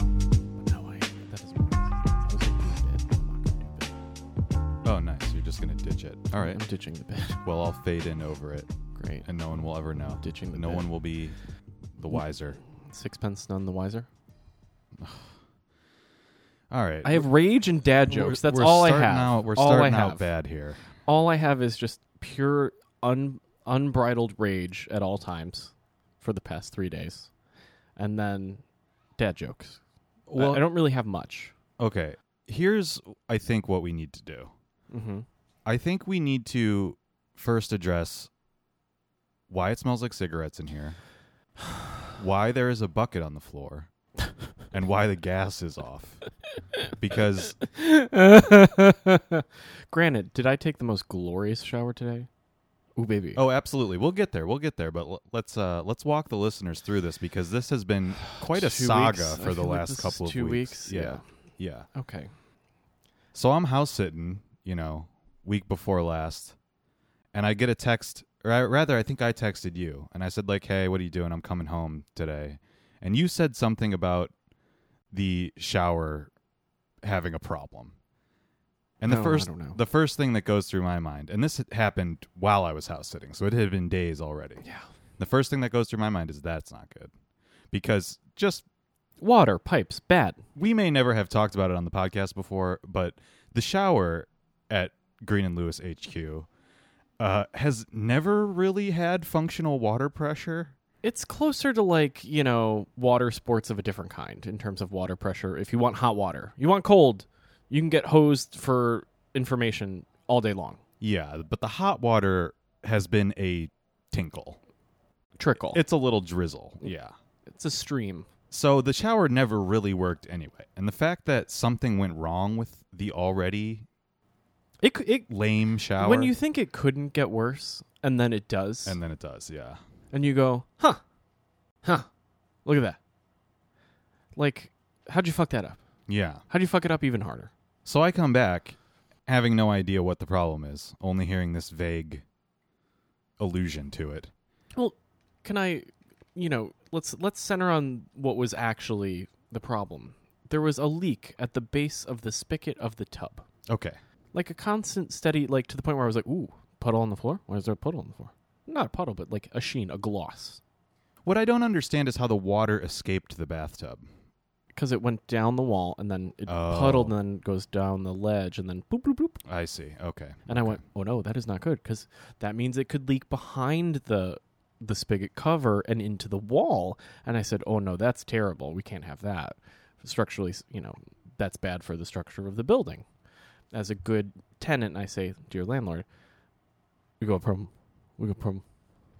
Oh, ditching the bed. Well, I'll fade in over it, Great. and no one will ever know. Ditching the Mm. no bed. one will be the wiser. Sixpence none the wiser. All right. I have rage and dad We're- jokes. That's we're all I starting have. Out, we're all starting I have. out bad here. All I have is just pure un- unbridled rage at all times for the past three days, and then dad jokes. Well, I, don't really have much. okay. Here's I think what we need to do. Mm-hmm. I think we need to first address why it smells like cigarettes in here, why there is a bucket on the floor, and why the gas is off. Because Granted, did I take the most glorious shower today? Ooh, baby. oh, absolutely, we'll get there. We'll get there. But l- let's uh, let's walk the listeners through this because this has been quite a Two saga weeks. I for the feel like last this is couple of two weeks. weeks. Yeah, yeah. Okay. So I'm house sitting, you know, week before last, and I get a text, or I, rather, I think I texted you, and I said like, "Hey, what are you doing? I'm coming home today," and you said something about the shower having a problem. And the No, I first, don't know. the first thing that goes through my mind, and this had happened while I was house sitting, so it had been days already. Yeah. The first thing that goes through my mind is that's not good, because just Water pipes bad. we may never have talked about it on the podcast before, but the shower at Green and Lewis HQ uh, has never really had functional water pressure. It's closer to like, you know, water sports of a different kind in terms of water pressure. If you want hot water, you want cold, you can get hosed for information all day long. Yeah, but the hot water has been a tinkle. Trickle. It's a little drizzle. Yeah. it's a stream. So the shower never really worked anyway. And the fact that something went wrong with the already It, c- it lame shower when you think it couldn't get worse and then it does and then it does, yeah. and you go, huh, huh, look at that. Like, how'd you fuck that up? Yeah. How'd you fuck it up even harder? So I come back having no idea what the problem is, only hearing this vague allusion to it. Well, can I, you know, let's let's center on what was actually the problem. There was a leak at the base of the spigot of the tub, Okay. like a constant, steady, like to the point where I was like, "Ooh, puddle on the floor? Why is there a puddle on the floor? Not a puddle, but like a sheen, a gloss, What I don't understand is how the water escaped the bathtub. because it went down the wall and then it Oh. puddled and then goes down the ledge and then boop boop boop I see. Okay. And I went, "Oh no, that is not good because that means it could leak behind the the spigot cover and into the wall." And I said, "Oh no, that's terrible. We can't have that. Structurally, you know, that's bad for the structure of the building." As a good tenant, I say, "Dear landlord, we got a problem. We got a problem."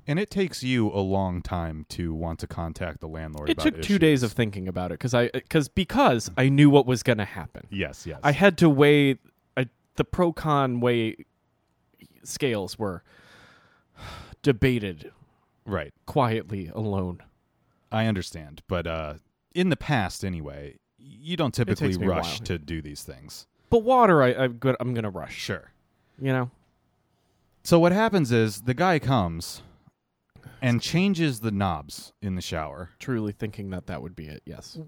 And it takes you a long time to want to contact the landlord It about took two issues. days of thinking about it because I because because I knew what was going to happen. Yes, yes. I had to weigh I, the pro con weigh scales were debated right. quietly alone. I understand, but uh in the past anyway, you don't typically takes me a rush while. to do these things. But water, I, I'm gonna, I'm gonna rush. Sure. You know, So what happens is the guy comes and changes the knobs in the shower. truly thinking that that would be it. Yes,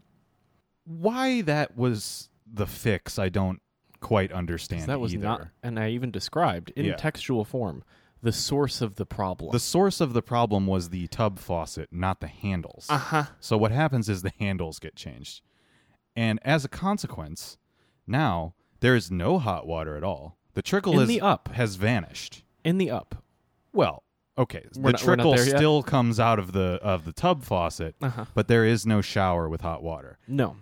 why that was the fix i don't quite understand that was either not, and I even described in Yeah. textual form the source of the problem. the source of the problem was the tub faucet not the handles uh huh. so what happens is the handles get changed and as a consequence now there is no hot water at all the trickle In is the up. has vanished In the up. well okay We're the not- we're not trickle there yet. still comes out of the of the tub faucet Uh huh. but there is no shower with hot water No,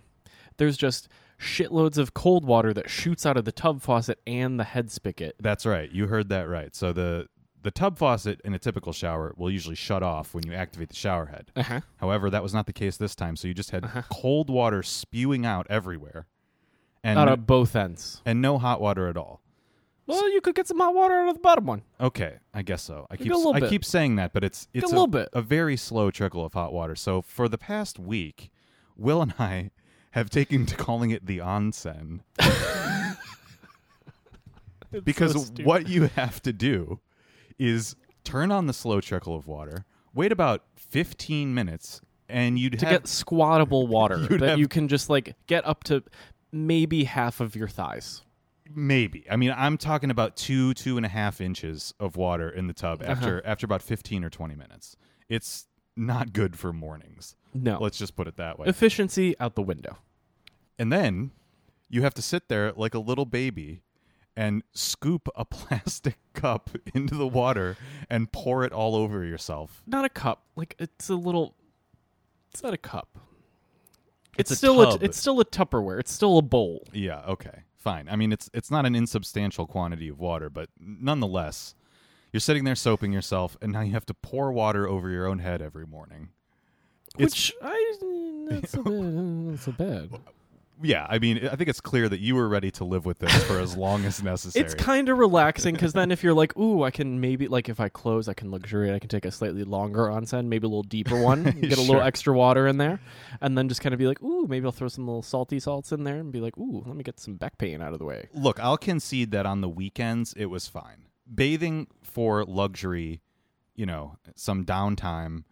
there's just shitloads of cold water that shoots out of the tub faucet and the head spigot. That's right. You heard that right. So the the tub faucet in a typical shower will usually shut off when you activate the shower head. Uh huh. However, that was not the case this time. So you just had cold water spewing out everywhere, and Out of both ends. and no hot water at all. Well, you could get some hot water out of the bottom one. Okay, I guess so. I keep a little I bit. keep saying that, but it's it's a little bit. a very slow trickle of hot water. So for the past week, Will and I have taken to calling it the onsen because what you have to do is turn on the slow trickle of water, wait about 15 minutes, and you'd to get have squattable water You'd that have- you can just like get up to maybe half of your thighs. maybe. I mean, I'm talking about two, two and a half inches of water in the tub after after about 15 or 20 minutes. It's not good for mornings. No. Let's just put it that way. Efficiency out the window. And then you have to sit there like a little baby and scoop a plastic cup into the water and pour it all over yourself. Not a cup. Like it's a little. It's not a cup. It's, It's a still a tub. it's still a Tupperware. It's still a bowl. Yeah, okay. Fine. I mean, it's it's not an insubstantial quantity of water, but nonetheless, you're sitting there soaping yourself and now you have to pour water over your own head every morning. It's- which I not so bad. Not so bad. Yeah, I mean, I think it's clear that you were ready to live with this for as long as necessary. It's kind of relaxing because then if you're like, ooh, I can maybe like if I close, I can luxuriate. I can take a slightly longer onsen, maybe a little deeper one, get a Sure. little extra water in there, and then just kind of be like, ooh, maybe I'll throw some little salty salts in there and be like, ooh, let me get some back pain out of the way. Look, I'll concede that on the weekends it was fine. Bathing for luxury, you know, some downtime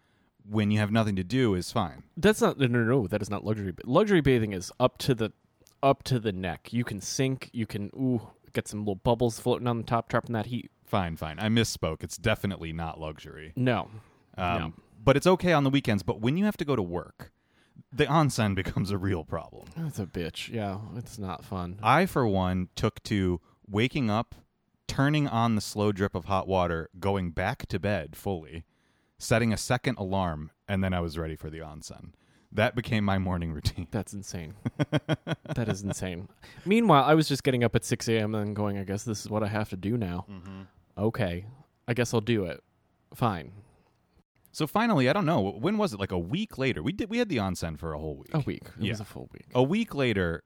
when you have nothing to do is fine. That's not no no no. That is not luxury. ba- Luxury bathing is up to the up to the neck. You can sink. You can ooh get some little bubbles floating on the top, trapping that heat. Fine, fine. I misspoke. It's definitely not luxury. No, Um, No. But it's okay on the weekends. But when you have to go to work, the onsen becomes a real problem. that's a bitch. Yeah, it's not fun. I, for one, took to waking up, turning on the slow drip of hot water, going back to bed fully, setting a second alarm, and then I was ready for the onsen. That became my morning routine. That's insane. that is insane. Meanwhile, I was just getting up at 6 a.m. and going, I guess this is what I have to do now. Mm-hmm. Okay. I guess I'll do it. Fine. So finally, I don't know when was it? Like a week later, we did we had the onsen for a whole week. A week. It was Yeah. a full week. A week later,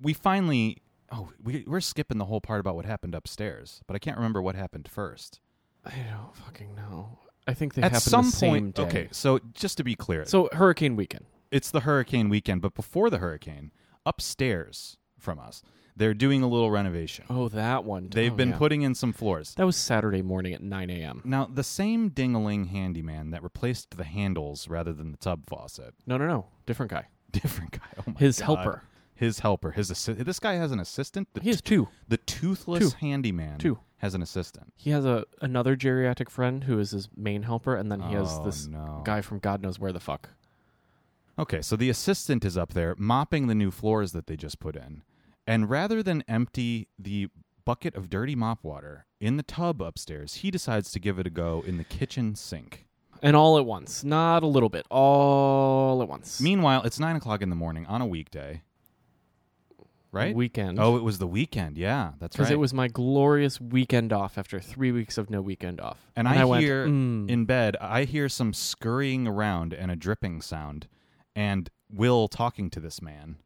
we finally. Oh, we, we're skipping the whole part about what happened upstairs, but I can't remember what happened first. I don't fucking know. I think they At happened some the same point, day. okay. So just to be clear, So, hurricane weekend. it's the hurricane weekend, but before the hurricane, upstairs from us, they're doing a little renovation. Oh, that one. They've Oh, been yeah. putting in some floors. That was Saturday morning at 9 a.m. Now, the same dingling handyman that replaced the handles rather than the tub faucet, No, no, no. Different guy. different guy. Oh my His God. helper. His helper. His assi- This guy has an assistant. The, He has two. the toothless Two. handyman Two. has an assistant. He has a another geriatric friend who is his main helper, and then he has Oh, this no. guy from God knows where the fuck. Okay, so the assistant is up there mopping the new floors that they just put in. And rather than empty the bucket of dirty mop water in the tub upstairs, he decides to give it a go in the kitchen sink. And all at once, not a little bit, all at once. Meanwhile, it's nine o'clock in the morning on a weekday. Right? Weekend. Oh, it was the weekend. Yeah, that's because right. it was my glorious weekend off after three weeks of no weekend off. and I, went, hear "Mm." in bed, I hear some scurrying around and a dripping sound, and Will talking to this man.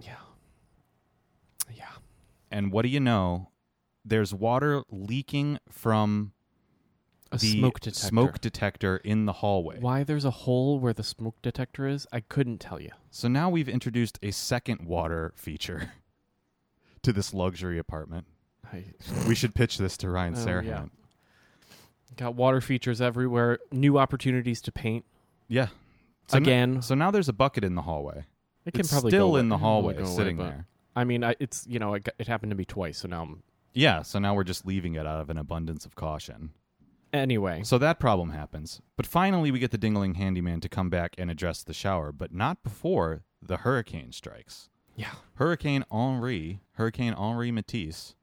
yeah, yeah, And what do you know? There's water leaking from a the smoke detector. smoke detector in the hallway. Why there's a hole where the smoke detector is, I couldn't tell you. So now we've introduced a second water feature to this luxury apartment. I We should pitch this to Ryan Oh, Serhan. yeah. got water features everywhere, new opportunities to paint. Yeah. So n- Again. so now there's a bucket in the hallway. It can it's probably still go away- in the it can probably hallway, go away, sitting but- there. I mean, I, it's you know, it, got- it happened to me twice, so now I'm Yeah, so now we're just leaving it out of an abundance of caution. anyway. So that problem happens. But finally we get the dingling handyman to come back and address the shower, but not before the hurricane strikes. Yeah, Hurricane Henri, Hurricane Henri Matisse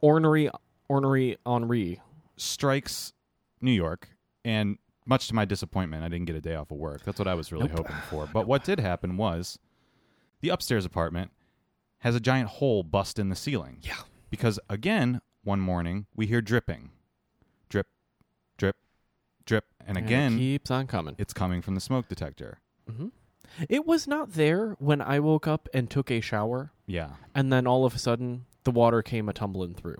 ornery, ornery Henri. strikes New York, and much to my disappointment, I didn't get a day off of work. That's what I was really Nope. hoping for. But what did happen was the upstairs apartment has a giant hole bust in the ceiling. Yeah. Because again, one morning, we hear dripping. Drip, drip, drip. And And it again, keeps on coming. it's coming from the smoke detector. It was not there when I woke up and took a shower, Yeah. and then all of a sudden the water came a tumbling through.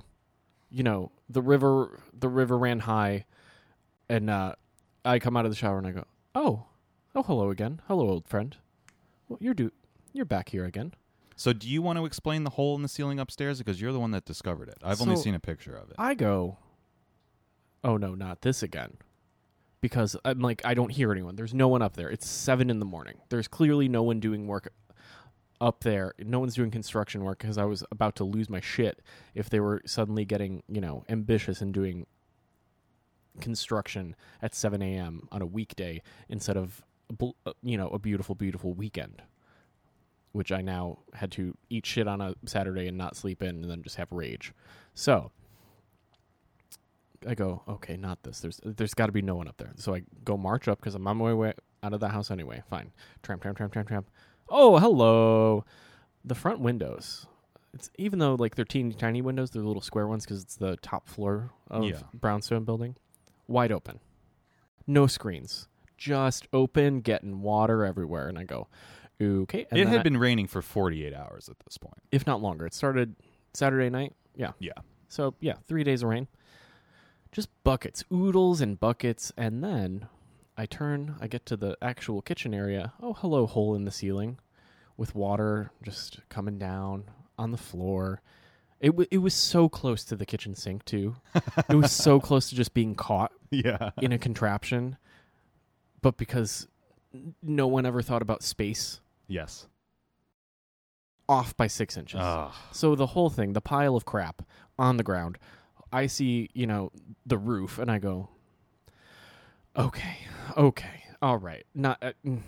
You know, the river the river ran high, and uh, I come out of the shower and I go, "Oh, oh, hello again, hello old friend. Well, you're do you're back here again." So do you want to explain the hole in the ceiling upstairs? Because you're the one that discovered it. I've only So- seen a picture of it. I go, "Oh no, not this again," because I'm like I don't hear anyone. There's no one up there. It's seven in the morning. There's clearly no one doing work up there. No one's doing construction work because I was about to lose my shit if they were suddenly getting, you know, ambitious and doing construction at 7 a.m. on a weekday instead of, a bl- uh, you know, a beautiful, beautiful weekend, which I now had to eat shit on a Saturday and not sleep in and then just have rage. So I go, okay, not this. There's there's got to be no one up there. So I go march up because I'm on my way out of the house anyway. Fine. Tramp, tramp, tramp, tramp, tramp. Oh, hello. The front windows. It's even though like they're teeny tiny windows, they're little square ones because it's the top floor of Yeah. brownstone building. Wide open, no screens, just open, getting water everywhere. And I go, okay. And it then had I- been raining for 48 hours at this point. if not longer. It started Saturday night. Yeah. Yeah. So yeah, three days of rain. Just buckets, oodles and buckets, and then I turn, I get to the actual kitchen area. Oh, hello, hole in the ceiling, with water just coming down on the floor. It w- it was so close to the kitchen sink too. it was so close to just being caught Yeah. in a contraption, but because n- no one ever thought about space, Yes. off by six inches. Ugh. So the whole thing, the pile of crap on the ground, I see, you know, the roof, and I go, okay, okay, all right, not, uh, mm,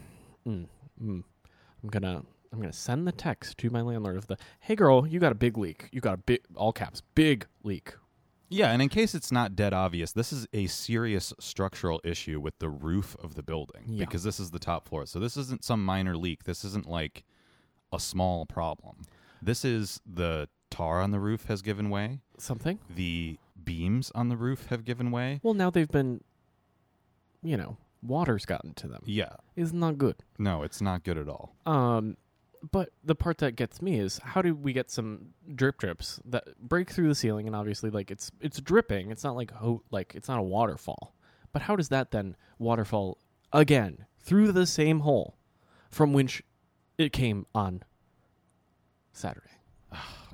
mm, mm. I'm gonna, I'm gonna send the text to my landlord of the, hey girl, you got a big leak, you got a big, all caps, big leak. Yeah, and in case it's not dead obvious, this is a serious structural issue with the roof of the building Yeah. because this is the top floor. So this isn't some minor leak. This isn't like a small problem. This is the tar on the roof has given way. Something. The beams on the roof have given way. Well, now they've been, you know, water's gotten to them. Yeah. It's not good. No, it's not good at all. Um, but the part that gets me is how do we get some drip drips that break through the ceiling and obviously like it's it's dripping. It's not like ho- like it's not a waterfall. But how does that then waterfall again through the same hole from which it came on Saturday?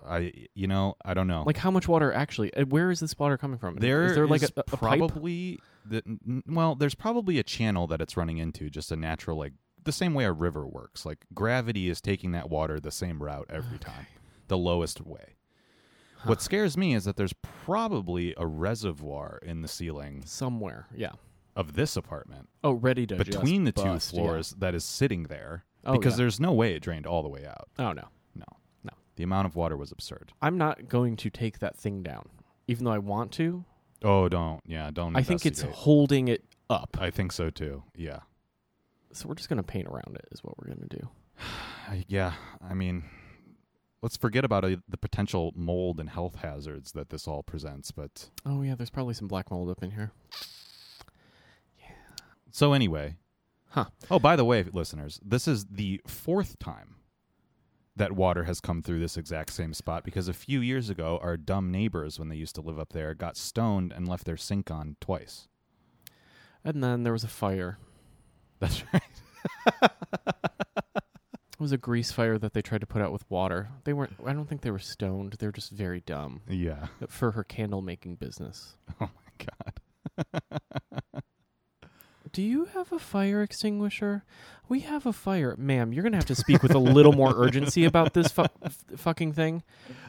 I you know, I don't know. Like how much water actually? uh, Where is this water coming from? Oh. There is there like is a, a a pipe? probably the n- well, there's probably a channel that it's running into, just a natural like the same way a river works. Like gravity is taking that water the same route every time, the lowest way. What scares me is that there's probably a reservoir in the ceiling somewhere? Yeah. of this apartment Oh, ready to between the just bust, two yeah. floors that is sitting there Oh, because yeah. there's no way it drained all the way out. Oh no. No. No. The amount of water was absurd. I'm not going to take that thing down, even though I want to. Oh, don't. Yeah, don't. I think it's investigate. holding it up. I think so too. Yeah. So we're just gonna paint around it is what we're gonna do. I- yeah, I mean, let's forget about uh, the potential mold and health hazards that this all presents. But Oh yeah, there's probably some black mold up in here. so anyway, Huh. Oh, by the way, listeners, this is the fourth time that water has come through this exact same spot because a few years ago, our dumb neighbors, when they used to live up there, got stoned and left their sink on twice. And then there was a fire. That's right. It was a grease fire that they tried to put out with water. They weren't I don't think they were stoned. They were just very dumb. Yeah. For her candle making business. Oh my god. Do you have a fire extinguisher? We have a fire. Ma'am, you're going to have to speak with a little more urgency about this fu- f- fucking thing.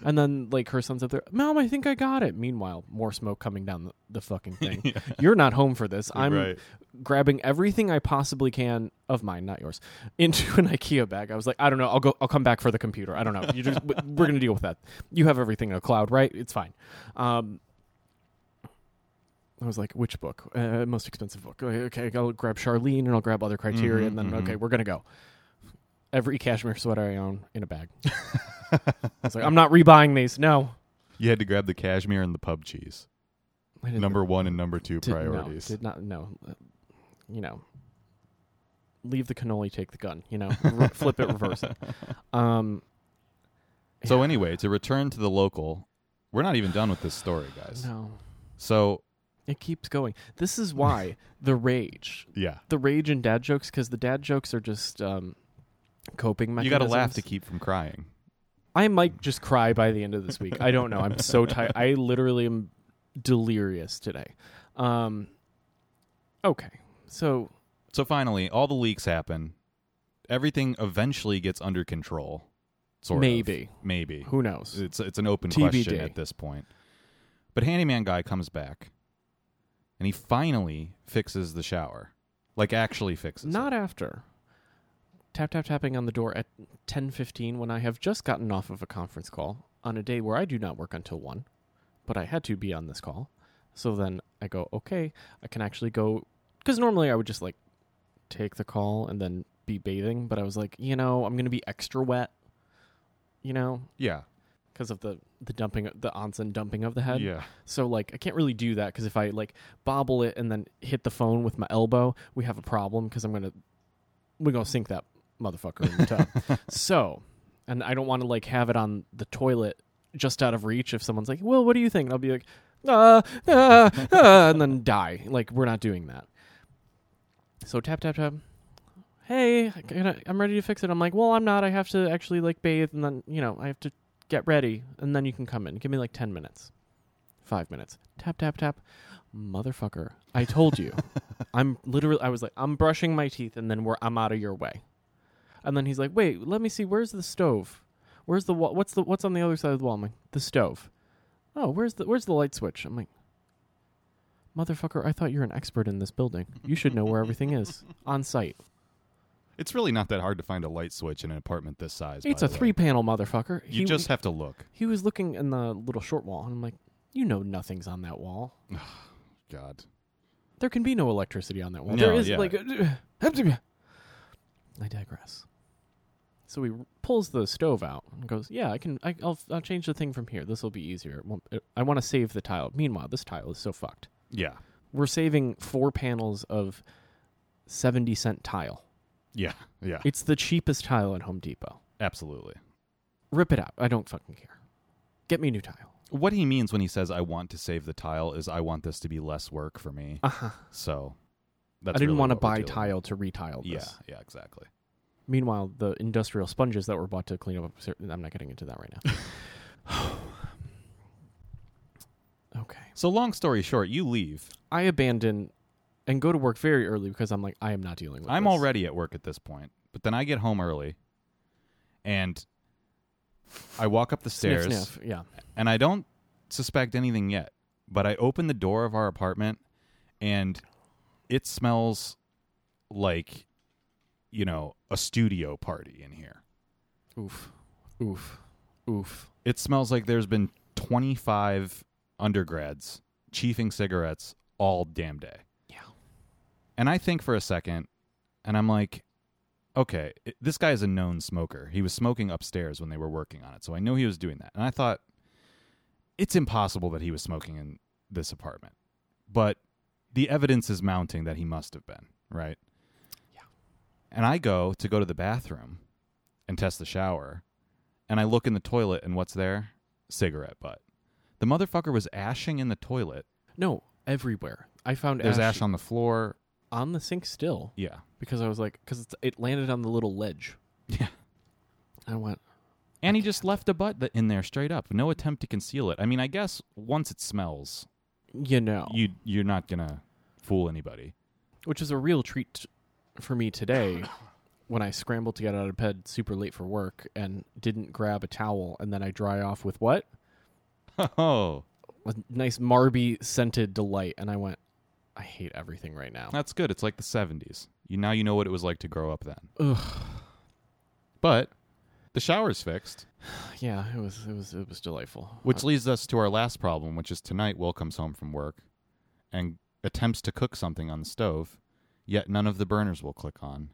And then, like, her son's up there. Mom, I think I got it. Meanwhile, more smoke coming down the, the fucking thing. You're not home for this. I'm Right. grabbing everything I possibly can of mine, not yours, into an IKEA bag. I was like, I don't know. I'll go. I'll come back for the computer. I don't know. You just w- we're gonna deal with that. You have everything in a cloud, right? It's fine. Um, I was like, which book? Uh, most expensive book. Okay, okay, I'll grab Charlene and I'll grab other criteria, Mhm, and then mhm. okay, we're gonna go. Every cashmere sweater I own in a bag. I was like, I'm not rebuying these. No, You had to grab the cashmere and the pub cheese. I didn't- Number one and number two Did- no, priorities. did not no, uh, you know, leave the cannoli, take the gun. You know, re- flip it, reverse it. Um, So anyway, to return to the local, we're not even done with this story, guys. no, So it keeps going. This is why the rage, yeah, the rage and dad jokes, because the dad jokes are just um, coping you mechanisms. got to laugh to keep from crying. I might just cry by the end of this week. I don't know. I'm so tired. I literally am delirious today. Um, okay, so So finally, all the leaks happen. Everything eventually gets under control. Sort of. Maybe. Maybe. Who knows? It's it's an open TBD. question at this point. But handyman guy comes back, and he finally fixes the shower, like actually fixes. Not it. after. Tap tap tapping on the door at 10:15 when I have just gotten off of a conference call on a day where I do not work until 1, but I had to be on this call. So then I go, "Okay, I can actually go cuz normally I would just like take the call and then be bathing, but I was like, you know, I'm going to be extra wet, you know, yeah, because of the the dumping the onsen dumping of the head. yeah, So like I can't really do that because if I like bobble it and then hit the phone with my elbow, we have a problem because I'm gonna we're gonna sink that motherfucker in the tub. so, and I don't want to like have it on the toilet just out of reach. If someone's like, "Well, what do you think?" And I'll be like, "Ah, ah, ah," and then die. Like we're not doing that. So tap tap tap. Hey, can I- I'm ready to fix it. I'm like, well, I'm not. I have to actually like bathe, and then you know I have to get ready, and then you can come in. Give me like ten minutes five minutes. Tap, tap, tap. Motherfucker. I told you. I'm literally, I was like, I'm brushing my teeth and then we're, I'm out of your way. And then he's like, wait, let me see. Where's the stove? Where's the wall? What's the, what's on the other side of the wall? I'm like, the stove. Oh, where's the, where's the light switch? I'm like, motherfucker, I thought you're an expert in this building. You should know where everything is on site. It's really not that hard to find a light switch in an apartment this size. by It's the a way. three panel motherfucker. You He- just have to look. he was looking in the little short wall and I'm like, you know, nothing's on that wall. God. There can be no electricity on that wall. No, there is yeah. like. uh, I digress. So he pulls the stove out and goes, "Yeah, I can. I, I'll. I'll change the thing from here. This will be easier. It won't- it- I want to save the tile. Meanwhile, this tile is so fucked. Yeah. We're saving four panels of seventy cent tile. Yeah. Yeah. It's the cheapest tile at Home Depot. Absolutely. Rip it out. I don't fucking care. Get me new tile. What he means when he says "I want to save the tile" is I want this to be less work for me. Uh huh. So I Uh-huh. that's didn't really want to what we're buy doing. tile to retile this. Yeah. Yeah. Exactly. Meanwhile, the industrial sponges that were bought to clean up. upstairs- I'm not getting into that right now. okay. So long story short, you leave. I abandon and go to work very early because I'm like, I am not dealing with I'm this. already at work at this point, but then I get home early, and I walk up the Sniff, stairs, sniff. Yeah. and I don't suspect anything yet. But I open the door of our apartment, and it smells like, you know, a studio party in here. Oof. Oof. Oof. It smells like there's been 25 undergrads chiefing cigarettes all damn day. Yeah. And I think for a second, and I'm like, okay, i- this guy is a known smoker. He was smoking upstairs when they were working on it, so I know he was doing that. And I thought, it's impossible that he was smoking in this apartment, but the evidence is mounting that he must have been, right? Yeah. And I go to go to the bathroom and test the shower, and I look in the toilet, and what's there? Cigarette butt. The motherfucker was ashing in the toilet. No, everywhere. I found There's ash, ash on the floor. on the sink still Yeah. because I was like, because it landed on the little ledge. Yeah. I went, And he just left a butt th- in there straight up, no attempt to conceal it. I mean, I guess once it smells, you know, you you're not gonna fool anybody. which is a real treat for me today when I scrambled to get out of bed super late for work and didn't grab a towel and then I dry off with what? Oh, A nice marby scented delight and I went I hate everything right now. that's good. It's like the '70s. You now you know what it was like to grow up then. Ugh. But the shower's fixed, Yeah, it was it was it was delightful. Uh, which leads us to our last problem, which is tonight. Will comes home from work and attempts to cook something on the stove, yet none of the burners will click on.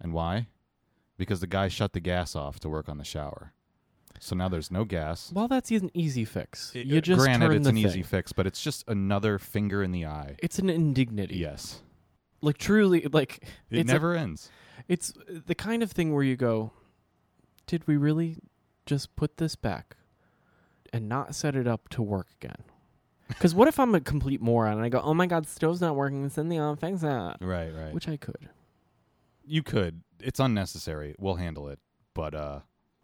And why? Because the guy shut the gas off to work on the shower. So now there's no gas. well, that's an easy fix. It- uh, you just granted turn it's the an thing. easy fix, but it's just another finger in the eye. It's an indignity. Yes, Like truly like it it's a- never ends. It's uh, the kind of thing where you go, did we really just put this back and not set it up to work again? Because what if I'm a complete moron and I go, oh my god, stove's not working, it's in the oven, thanks that. Right, right. Which I could. you could. It's unnecessary. We'll handle it. But uh,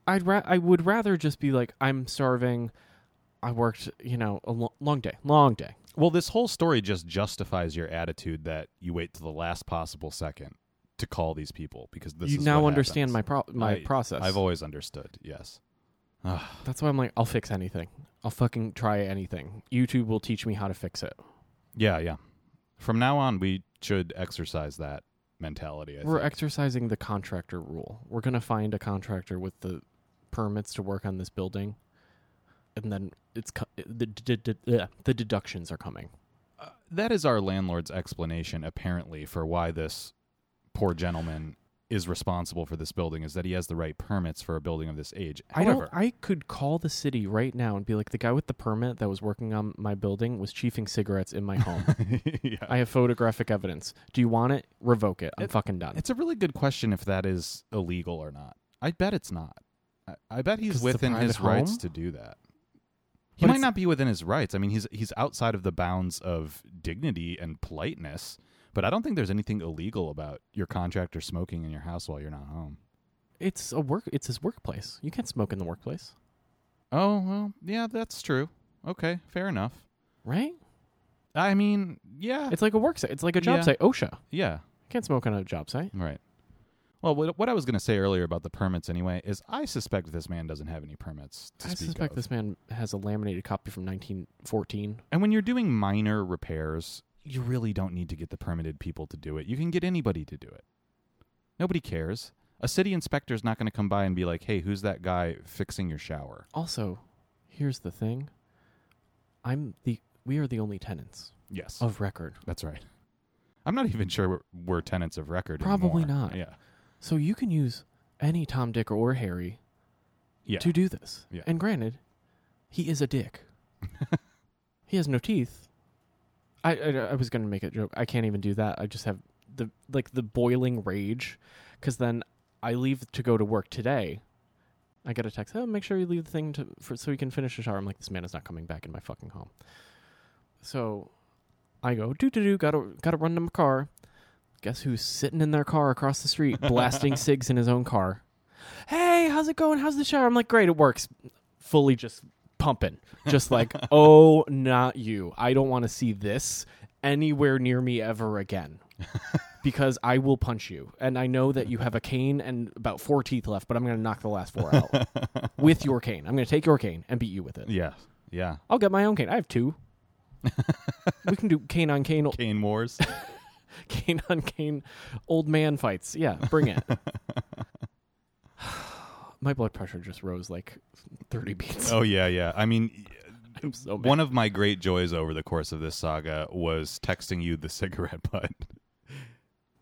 I'd ra- I would rather just be like, I'm starving. I worked, you know, a lo- long day, long day. well, this whole story just justifies your attitude that you wait till the last possible second to call these people because this you is now what understand my happens. pro- my I- process. I've always understood. Yes. Ugh. That's why I'm like, I'll fix anything. I'll fucking try anything. YouTube will teach me how to fix it. yeah, yeah. From now on, we should exercise that mentality. I We're think. exercising the contractor rule. We're gonna find a contractor with the permits to work on this building, and then it's co- the d- d- d- ugh, the deductions are coming. Uh, that is our landlord's explanation, apparently, for why this poor gentleman is responsible for this building is that he has the right permits for a building of this age. However, I don't. I could call the city right now and be like, the guy with the permit that was working on my building was chiefing cigarettes in my home. yeah. I have photographic evidence. Do you want it? Revoke it. I'm It- fucking done. It's a really good question if that is illegal or not. I bet it's not. I, I bet 'Cause he's it's a within his private rights home? to do that. He But might it's- not be within his rights. I mean, he's he's outside of the bounds of dignity and politeness. But I don't think there's anything illegal about your contractor smoking in your house while you're not home. It's a work. It's his workplace. You can't smoke in the workplace, Oh well, yeah, that's true. Okay, fair enough. right? I mean, yeah, It's like a work site. It's like a job Yeah. site. OSHA. yeah. You can't smoke on a job site. Right. Well, what, what I was going to say earlier about the permits, anyway, is I suspect this man doesn't have any permits. To I speak suspect of. this man has a laminated copy from 1914. And when you're doing minor repairs, you really don't need to get the permitted people to do it. You can get anybody to do it. Nobody cares. A city inspector's not going to come by and be like, "Hey, who's that guy fixing your shower?" Also, here's the thing. I'm the. We are the only tenants Yes, of record. Oh, that's right. I'm not even sure we're, we're tenants of record. Probably anymore. not. Yeah, So you can use any Tom, Dick, or Harry yeah. to do this. Yeah. And granted, he is a dick. he has no teeth. I, I I was gonna make a joke. I can't even do that. I just have the like the boiling rage, because then I leave to go to work today. I get a text. Oh, make sure you leave the thing to for, so he can finish the shower. I'm like, this man is not coming back in my fucking home. So I go do do do. Gotta gotta run to my car. Guess who's sitting in their car across the street, blasting cigs in his own car? Hey, how's it going? How's the shower? I'm like, great, it works. Fully just pumping, just like, oh, not you. I don't want to see this anywhere near me ever again. Because I will punch you, and I know that you have a cane and about four teeth left, but I'm going to knock the last four out with your cane. I'm going to take your cane and beat you with it. yeah, yeah. I'll get my own cane. I have two. we can do cane on cane, Cane wars. cane on cane, old man fights. Yeah, bring it. my blood pressure just rose like 30 beats. oh yeah, yeah. I mean, I'm so mad. One of my great joys over the course of this saga was texting you the cigarette butt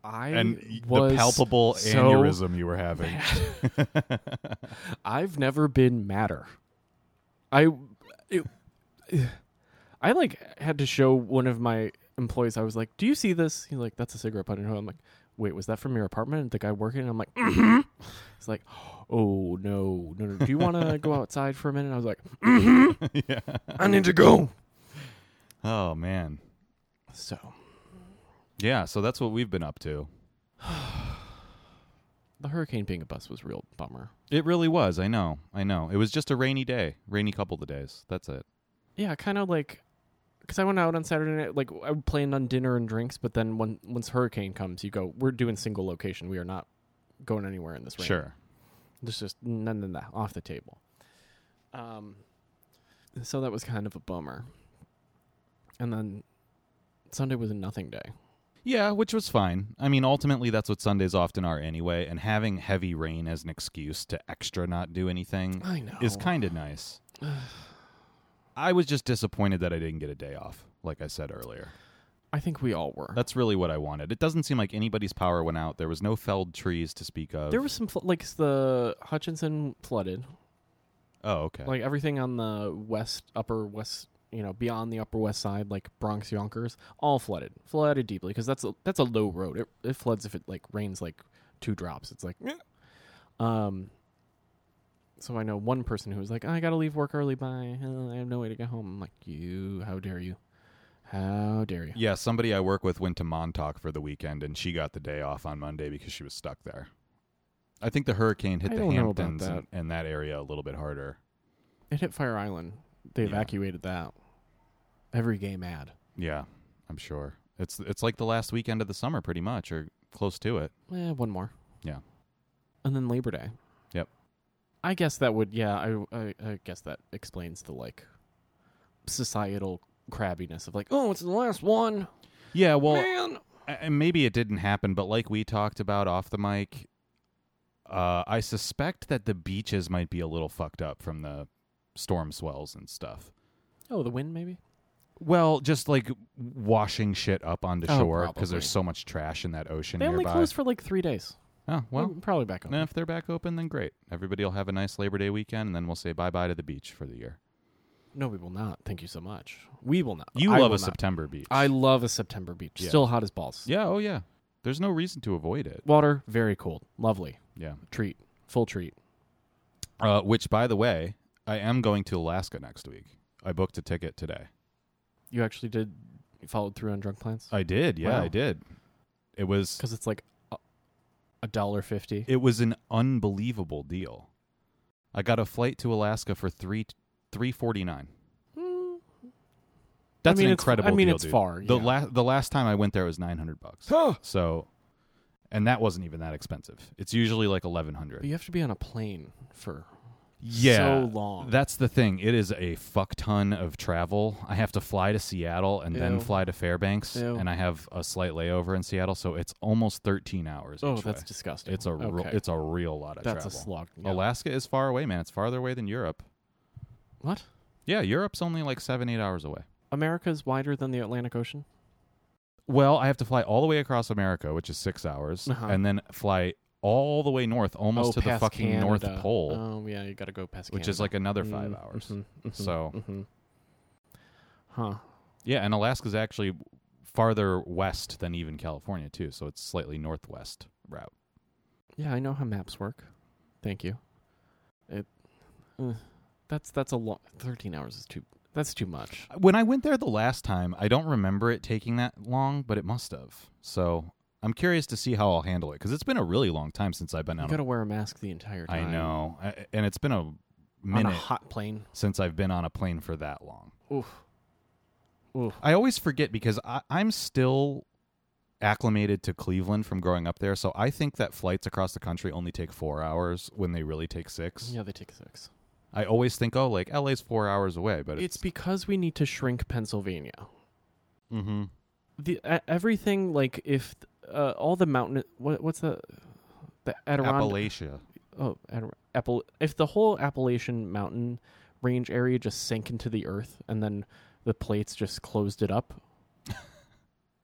I and y- was the palpable so aneurysm you were having. I've never been madder. I, it, I like had to show one of my employees. I was like, "Do you see this?" He's like, "That's a cigarette butt." And I'm like, "Wait, was that from your apartment?" And the guy working. I'm like, mm-hmm. "He's like, oh no, no, no. Do you want to go outside for a minute?" I was like, "Mm-hmm." yeah. "I need to go." Oh man. So Yeah. So that's what we've been up to. the hurricane being a bus was a real bummer. It really was. I know. I know. It was just a rainy day. Rainy couple of days. That's it. Yeah, kind of like because I went out on Saturday night. Like I planned on dinner and drinks, but then when once hurricane comes, you go. We're doing single location. We are not going anywhere in this rain. Sure. It's just no, no, no, off the table. Um, so that was kind of a bummer. And then Sunday was a nothing day. Yeah, which was fine. I mean, ultimately, that's what Sundays often are anyway. And having heavy rain as an excuse to extra not do anything I know. is kind of nice. I was just disappointed that I didn't get a day off, like I said earlier. I think we all were. That's really what I wanted. It doesn't seem like anybody's power went out. There was no felled trees to speak of. There was some fl- like the Hutchinson flooded. oh, okay. Like everything on the west, upper west, you know, beyond the upper west side, like Bronx Yonkers, all flooded, flooded deeply because that's a, that's a low road. It, it floods if it like rains like two drops. It's like, "Meh." um. So I know one person who was like, "I got to leave work early. Bye. Uh, I have no way to get home." I'm like, "You? How dare you? How dare you?" yeah, somebody I work with went to Montauk for the weekend, and she got the day off on Monday because she was stuck there. I think the hurricane hit I the don't know about Hamptons that. And, and that area a little bit harder. It hit Fire Island. They Yeah. evacuated that. Every gay mad. Yeah, I'm sure. It's it's like the last weekend of the summer, pretty much, or close to it. Eh, one more. Yeah. And then Labor Day. Yep. I guess that would yeah, I I, I guess that explains the like societal crabbiness of like, oh, it's the last one. Yeah, Man. A- and maybe it didn't happen, but like we talked about off the mic, uh, I suspect that the beaches might be a little fucked up from the storm swells and stuff. Oh, the wind maybe? Well, just like washing shit up onto Oh, shore because probably. there's so much trash in that ocean They only nearby. closed for like three days. oh well, They're probably back on. then if they're back open, then great. Everybody will have a nice Labor Day weekend, and then we'll say bye bye to the beach for the year. No, we will not. Thank you so much. We will not. You I love will a not. September beach. I love a September beach. Yeah. Still hot as balls. yeah, oh yeah. There's no reason to avoid it. Water, very cold. Lovely. Yeah. Treat. Full treat. Uh, which, by the way, I am going to Alaska next week. I booked a ticket today. You actually did you followed through on drunk plans? I did. Yeah, Wow. I did. It was Because it's like a- a dollar fifty. it was an unbelievable deal. I got a flight to Alaska for three three forty nine. That's mean, an it's- incredible. Hmm. I mean, deal, it's dude. far, The yeah. last the last time I went there was nine hundred bucks. Huh. So, and that wasn't even that expensive. It's usually like eleven But hundred. you have to be on a plane for Yeah, so long. That's the thing. It is a fuck ton of travel. I have to fly to Seattle and Ew. then fly to Fairbanks, Ew. and I have a slight layover in Seattle, so it's almost thirteen hours. oh, each that's way. disgusting. it's a real, Okay. it's a real lot of that's a travel. slog. Yeah. Alaska is far away, man. It's farther away than Europe. What? Yeah, Europe's only like seven, eight hours away. America's wider than the Atlantic Ocean. Well, I have to fly all the way across America, which is six hours, Uh-huh. and then fly all the way north, almost oh, to the past fucking North Canada. Pole, Oh Mm, yeah, you got to go past. Mm-hmm, which is like another 5 hours. So- hmm huh? Yeah, and Alaska's actually farther west than even California too, so it's slightly northwest route. Yeah, I know how maps work. Thank you. It. uh, that's that's a long. Thirteen hours is too. That's too much. When I went there the last time, I don't remember it taking that long, but it must have. So I'm curious to see how I'll handle it because it's been a really long time since I've been You on. got A, to wear a mask the entire I time. know, I, and it's been a On a minute hot plane. since I've been on a plane for that long. Oof. Oof. I always forget because I, I'm still acclimated to Cleveland from growing up there, so I think that flights across the country only take four hours when they really take six. Yeah, they take six. I always think, oh, like LA's four hours away, but It's it's, because we need to shrink Pennsylvania. mm-hmm. the uh, everything like if uh, all the mountain what what's the the Adirondack Appalachia. oh Adira- Appal- if the whole Appalachian mountain range area just sank into the earth and then the plates just closed it up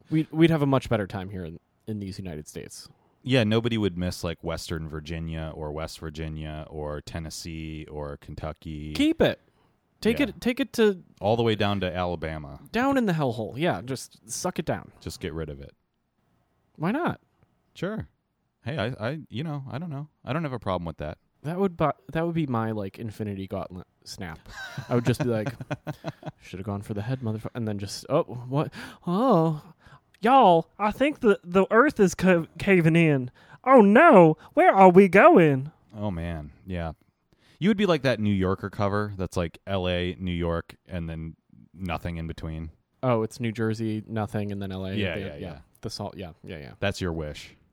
we'd we'd have a much better time here in, in these United States Yeah, nobody would miss like Western Virginia or West Virginia or Tennessee or Kentucky, keep it take Yeah. it take it to all the way down to Alabama. down in the hellhole yeah just suck it down Just get rid of it. why not Sure. Hey, I, I, you know, I don't know. I don't have a problem with that. That would bu- that would be my like infinity gauntlet snap. I would just be like, should have gone for the head, motherfucker, and then just oh what oh Y'all, I think the, the earth is ca- caving in. Oh no, where are we going? Oh man, yeah. You would be like that New Yorker cover that's like L.A., New York, and then nothing in between. oh it's New Jersey nothing and then L.A. Yeah, They- yeah, yeah. the salt yeah yeah yeah That's your wish.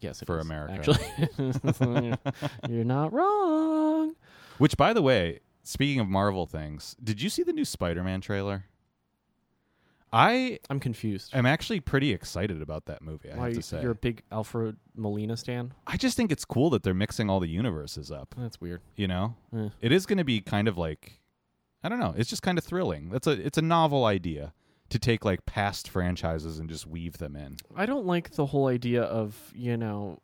yes it For is, America. actually you're not wrong Which, by the way, speaking of Marvel things, did you see the new Spider-Man trailer? I I'm confused am actually pretty excited about that movie. I why have to you- say, you're a big Alfred Molina stan I just think it's cool that they're mixing all the universes up. that's weird You know, Eh. it is going to be kind of like, I don't know, it's just kind of thrilling. That's a it's a novel idea to take like past franchises and just weave them in. I don't like the whole idea of, you know,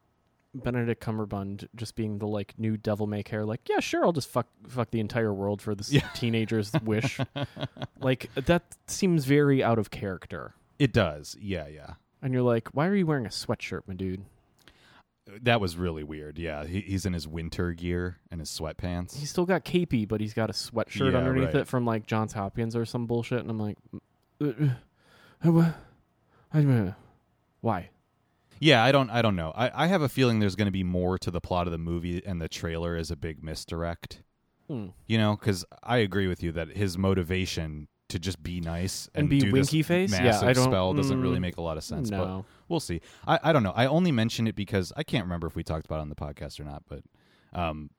Benedict Cumberbund just being the like new devil may care like, yeah, sure, I'll just fuck fuck the entire world for this Yeah. teenager's wish. Like that seems very out of character. It does, yeah, yeah. And you're like, why are you wearing a sweatshirt, my dude? That was really weird. Yeah, he, he's in his winter gear and his sweatpants. He's still got capey, but he's got a sweatshirt Yeah, underneath right. it from like Johns Hopkins or some bullshit, and I'm like, "Uh, uh, what? I- uh, why? Yeah, I don't I don't know. I, I have a feeling there's going to be more to the plot of the movie and the trailer is a big misdirect. Hmm. You know, cuz I agree with you that his motivation to just be nice And and, be do this winky face? Yeah, massive I don't- spell doesn't really mm, make a lot of sense. But no. we'll see. I, I don't know. I only mention it because I can't remember if we talked about it on the podcast or not, but um,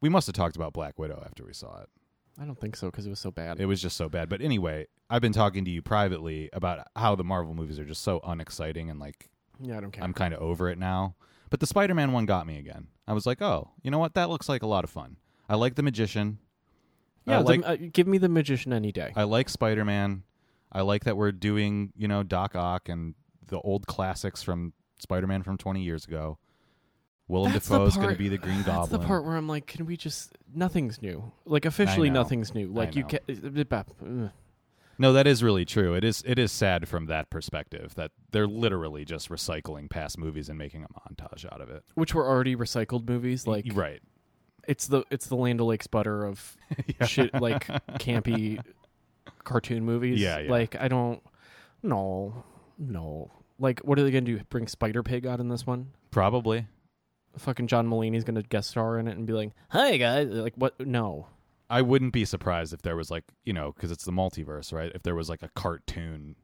we must have talked about Black Widow after we saw it. I don't think so because it was so bad. It was just so bad. But anyway, I've been talking to you privately about how the Marvel movies are just so unexciting and like yeah, I don't care. I'm kind of over it now. But the Spider Man one got me again. I was like, oh, you know what? That looks like a lot of fun. I like the magician. yeah, I the- like uh, give me the magician any day. I like Spider Man. I like that we're doing, you know, Doc Ock and the old classics from Spider Man from 20 years ago. Willem That's Dafoe is the going to part- be the Green That's Goblin. the part where I'm like, can we just? Nothing's new. Like officially, know. nothing's new. Like you uh, know. can. Ugh. No, that is really true. It is it is sad from that perspective that they're literally just recycling past movies and making a montage out of it. Which were already recycled movies. Like right. it's the it's the Land O'Lakes butter of Yeah. shit like campy cartoon movies. Yeah, yeah. Like I don't. No, no. Like what are they gonna do? Bring Spider Pig out in this one? Probably. Fucking John Mulaney's gonna guest star in it and be like, "Hi guys!" Like what? No. I wouldn't be surprised if there was like, you know, cuz it's the multiverse, right? If there was like a cartoon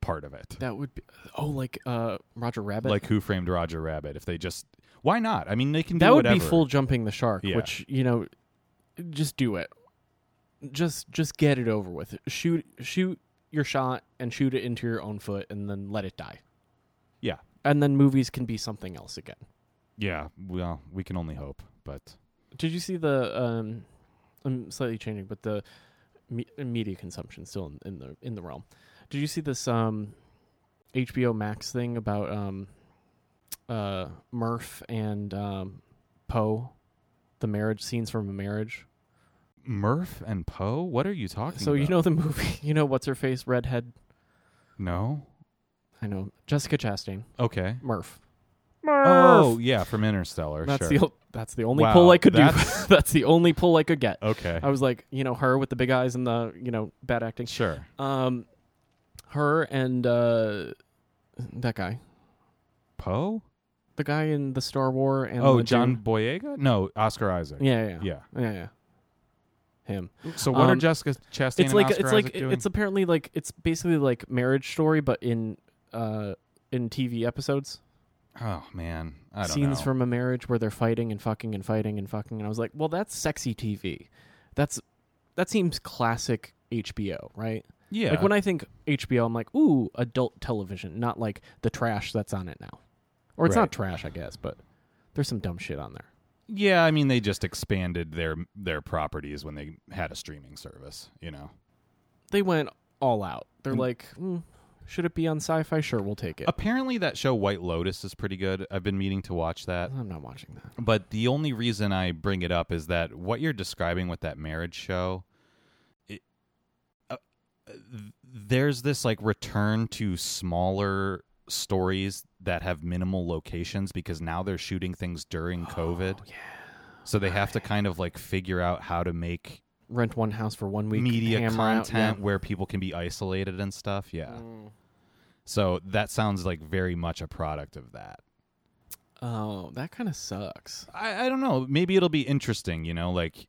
part of it. That would be oh, like uh, Roger Rabbit. like who framed Roger Rabbit if they just why not? I mean, they can that do would be whatever. full jumping the shark, Yeah. which you know, just do it. Just just get it over with. Shoot shoot your shot and shoot it into your own foot, and then let it die. Yeah. and then movies can be something else again. Yeah, well, we can only hope, but Did you see the? Um, I'm slightly changing, but the me- media consumption still in, in the in the realm. Did you see this um, HBO Max thing about um, uh, Murph and um, Poe, the marriage scenes from a marriage? Murph and Poe, what are you talking So about? you know the movie, you know what's her face, redhead. No. I know Jessica Chastain, Okay. Murph. Oh, yeah, from Interstellar, That's sure. the o- that's the only Wow, pull I could that's- do. that's the only pull I could get. okay. I was like, you know, her with the big eyes and the you know bad acting. Sure. Um, her and uh, that guy, Poe? the guy in the Star War and Oh, the John dude- Boyega? No, Oscar Isaac. Yeah, yeah, yeah, Yeah. yeah, yeah. Him. So what are Um, Jessica Chastain it's and like Oscar it's like Isaac doing? it's apparently like it's basically like Marriage Story, but in uh in TV episodes, oh man, I don't scenes know. from a marriage where they're fighting and fucking and fighting and fucking, and I was like, well, that's sexy TV. That's that seems classic HBO, right? yeah. Like when I think HBO, I'm like, ooh, adult television, not like the trash that's on it now. Or it's not Right. trash, I guess, but there's some dumb shit on there. yeah, I mean they just expanded their their properties when they had a streaming service. You know. They went all out. They're Mm. Uh, like, mm, should it be on sci-fi? Sure, we'll take it. Apparently that show White Lotus is pretty good. I've been meaning to watch that. I'm not watching that. But the only reason I bring it up is that what you're describing with that marriage show, it, uh, th- there's this like return to smaller stories that have minimal locations because now they're shooting things during Oh, COVID. yeah. So they have to kind of like figure out how to make Rent one house for one week. media hammer out- content yeah. where people can be isolated and stuff. Yeah. Mm. So that sounds like very much a product of that. Oh, that kind of sucks. I, I don't know. Maybe it'll be interesting, you know, like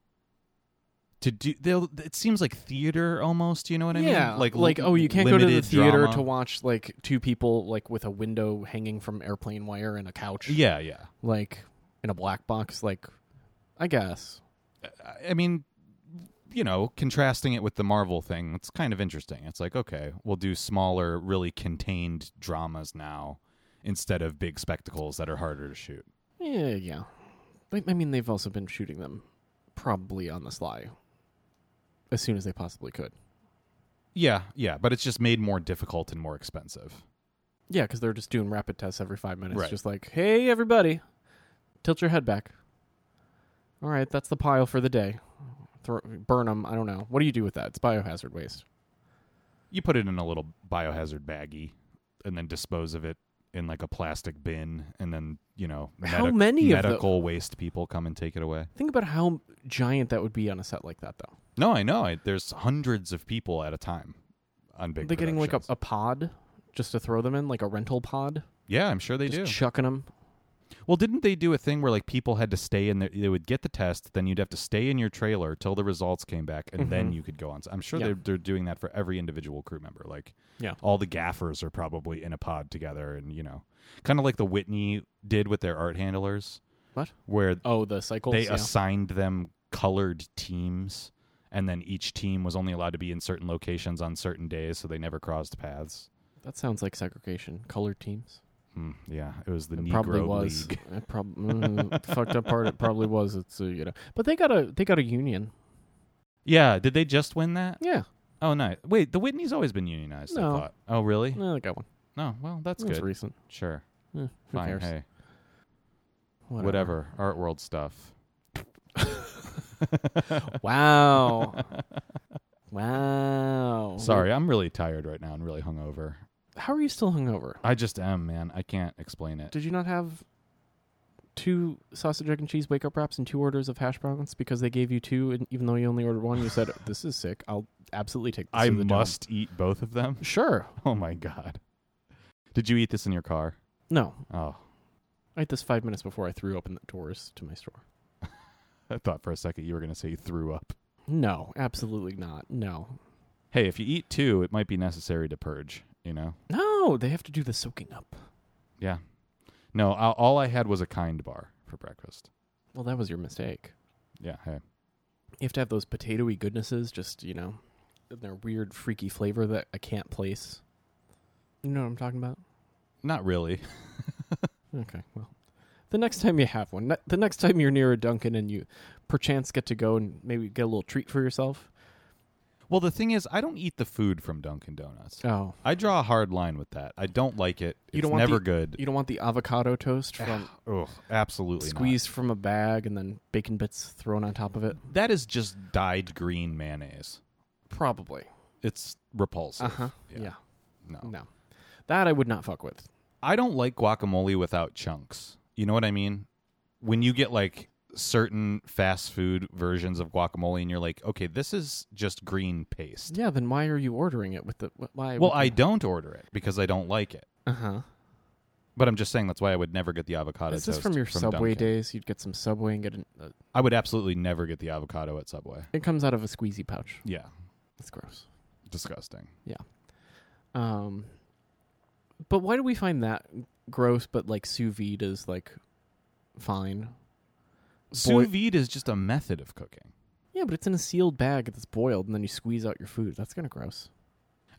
to do. They'll. It seems like theater almost. You know what I yeah, mean? like like oh, you can't go to the limited theater drama. to watch like two people like with a window hanging from airplane wire and a couch. Yeah, yeah. like in a black box. Like, I guess. I- I mean, you know, contrasting it with the Marvel thing, it's kind of interesting. It's like okay, we'll do smaller, really contained dramas now instead of big spectacles that are harder to shoot. Yeah, yeah. They- I mean, they've also been shooting them probably on the sly as soon as they possibly could. Yeah, yeah, but it's just made more difficult and more expensive. Yeah, because they're just doing rapid tests every five minutes. Right. Just like, hey, everybody, tilt your head back. All right, that's the pile for the day. Throw, burn them. I don't know. What do you do with that? It's biohazard waste. You put it in a little biohazard baggie and then dispose of it in like a plastic bin and then, you know, How many of the- medical waste people come and take it away. Think about how giant that would be on a set like that, though. No, I know. I, there's hundreds of people at a time on big They're getting like a, productions. a pod just to throw them in, like a rental pod. Yeah, I'm sure they just do. chucking them. Well, didn't they do a thing where like people had to stay in there? They would get the test, then you'd have to stay in your trailer till the results came back, and then you could go on. So I'm sure Mm-hmm. Yeah. they're they're doing that for every individual crew member. Like, Yeah. all the gaffers are probably in a pod together, and you know, kind of like the Whitney did with their art handlers. What? Where Oh, the cycles. they yeah. assigned them colored teams, and then each team was only allowed to be in certain locations on certain days, so they never crossed paths. that sounds like segregation. Colored teams. Hmm, yeah, it was the it Negro probably was. League. It prob- mm, fucked up part. It probably was. It's uh, you know, but they got a they got a union. Yeah, did they just win that? Yeah, Oh, nice. Wait, the Whitney's always been unionized. No. I thought. Oh, really? no, Eh, they got one. No. Well, that's That's good. recent. sure. Eh, who Fine. cares? Hey, whatever. Art world stuff. Wow. wow. Sorry, I'm really tired right now and really hungover. How are you still hungover? I just am, man. I can't explain it. Did you not have two sausage, egg, and cheese wake up wraps and two orders of hash browns because they gave you two, and even though you only ordered one, you said, This is sick. I'll absolutely take this. I to the dome." must eat both of them. Sure. Oh my god. Did you eat this in your car? No. Oh, I ate this five minutes before I threw open the doors to my store. I thought for a second you were gonna say you threw up. No, absolutely not. No. Hey, if you eat two, it might be necessary to purge. You know. No, they have to do the soaking up. Yeah. No, I- all I had was a kind bar for breakfast. Well, that was your mistake. Yeah. Hey. You have to have those potatoy goodnesses, just, you know, their weird, freaky flavor that I can't place. You know what I'm talking about? Not really. Okay, well, the next time you have one, ne- the next time you're near a Dunkin' and you perchance get to go and maybe get a little treat for yourself. Well, the thing is, I don't eat the food from Dunkin' Donuts. Oh, I draw a hard line with that. I don't like it. It's You don't want never the- good. you don't want the avocado toast from Ugh, absolutely not. squeezed from a bag and then bacon bits thrown on top of it. That is just dyed green mayonnaise. Probably. It's repulsive. Uh huh. Yeah. Yeah. No. No, that I would not fuck with. I don't like guacamole without chunks. You know what I mean? When you get like certain fast food versions of guacamole and you're like, okay, this is just green paste. Yeah. Then why are you ordering it with the wh- why? Well, I don't order it because I don't like it. Uh huh. But I'm just saying that's why I would never get the avocado Is this toast from your Subway Dunkin'. days? You'd get some Subway and get an. Uh, I would absolutely never get the avocado at Subway. it comes out of a squeezy pouch. Yeah. It's gross. Disgusting. Um, but why do we find that gross? But like sous vide is like fine. Boy- Sous vide is just a method of cooking. Yeah, but it's in a sealed bag that's boiled, and then you squeeze out your food. That's kind of gross.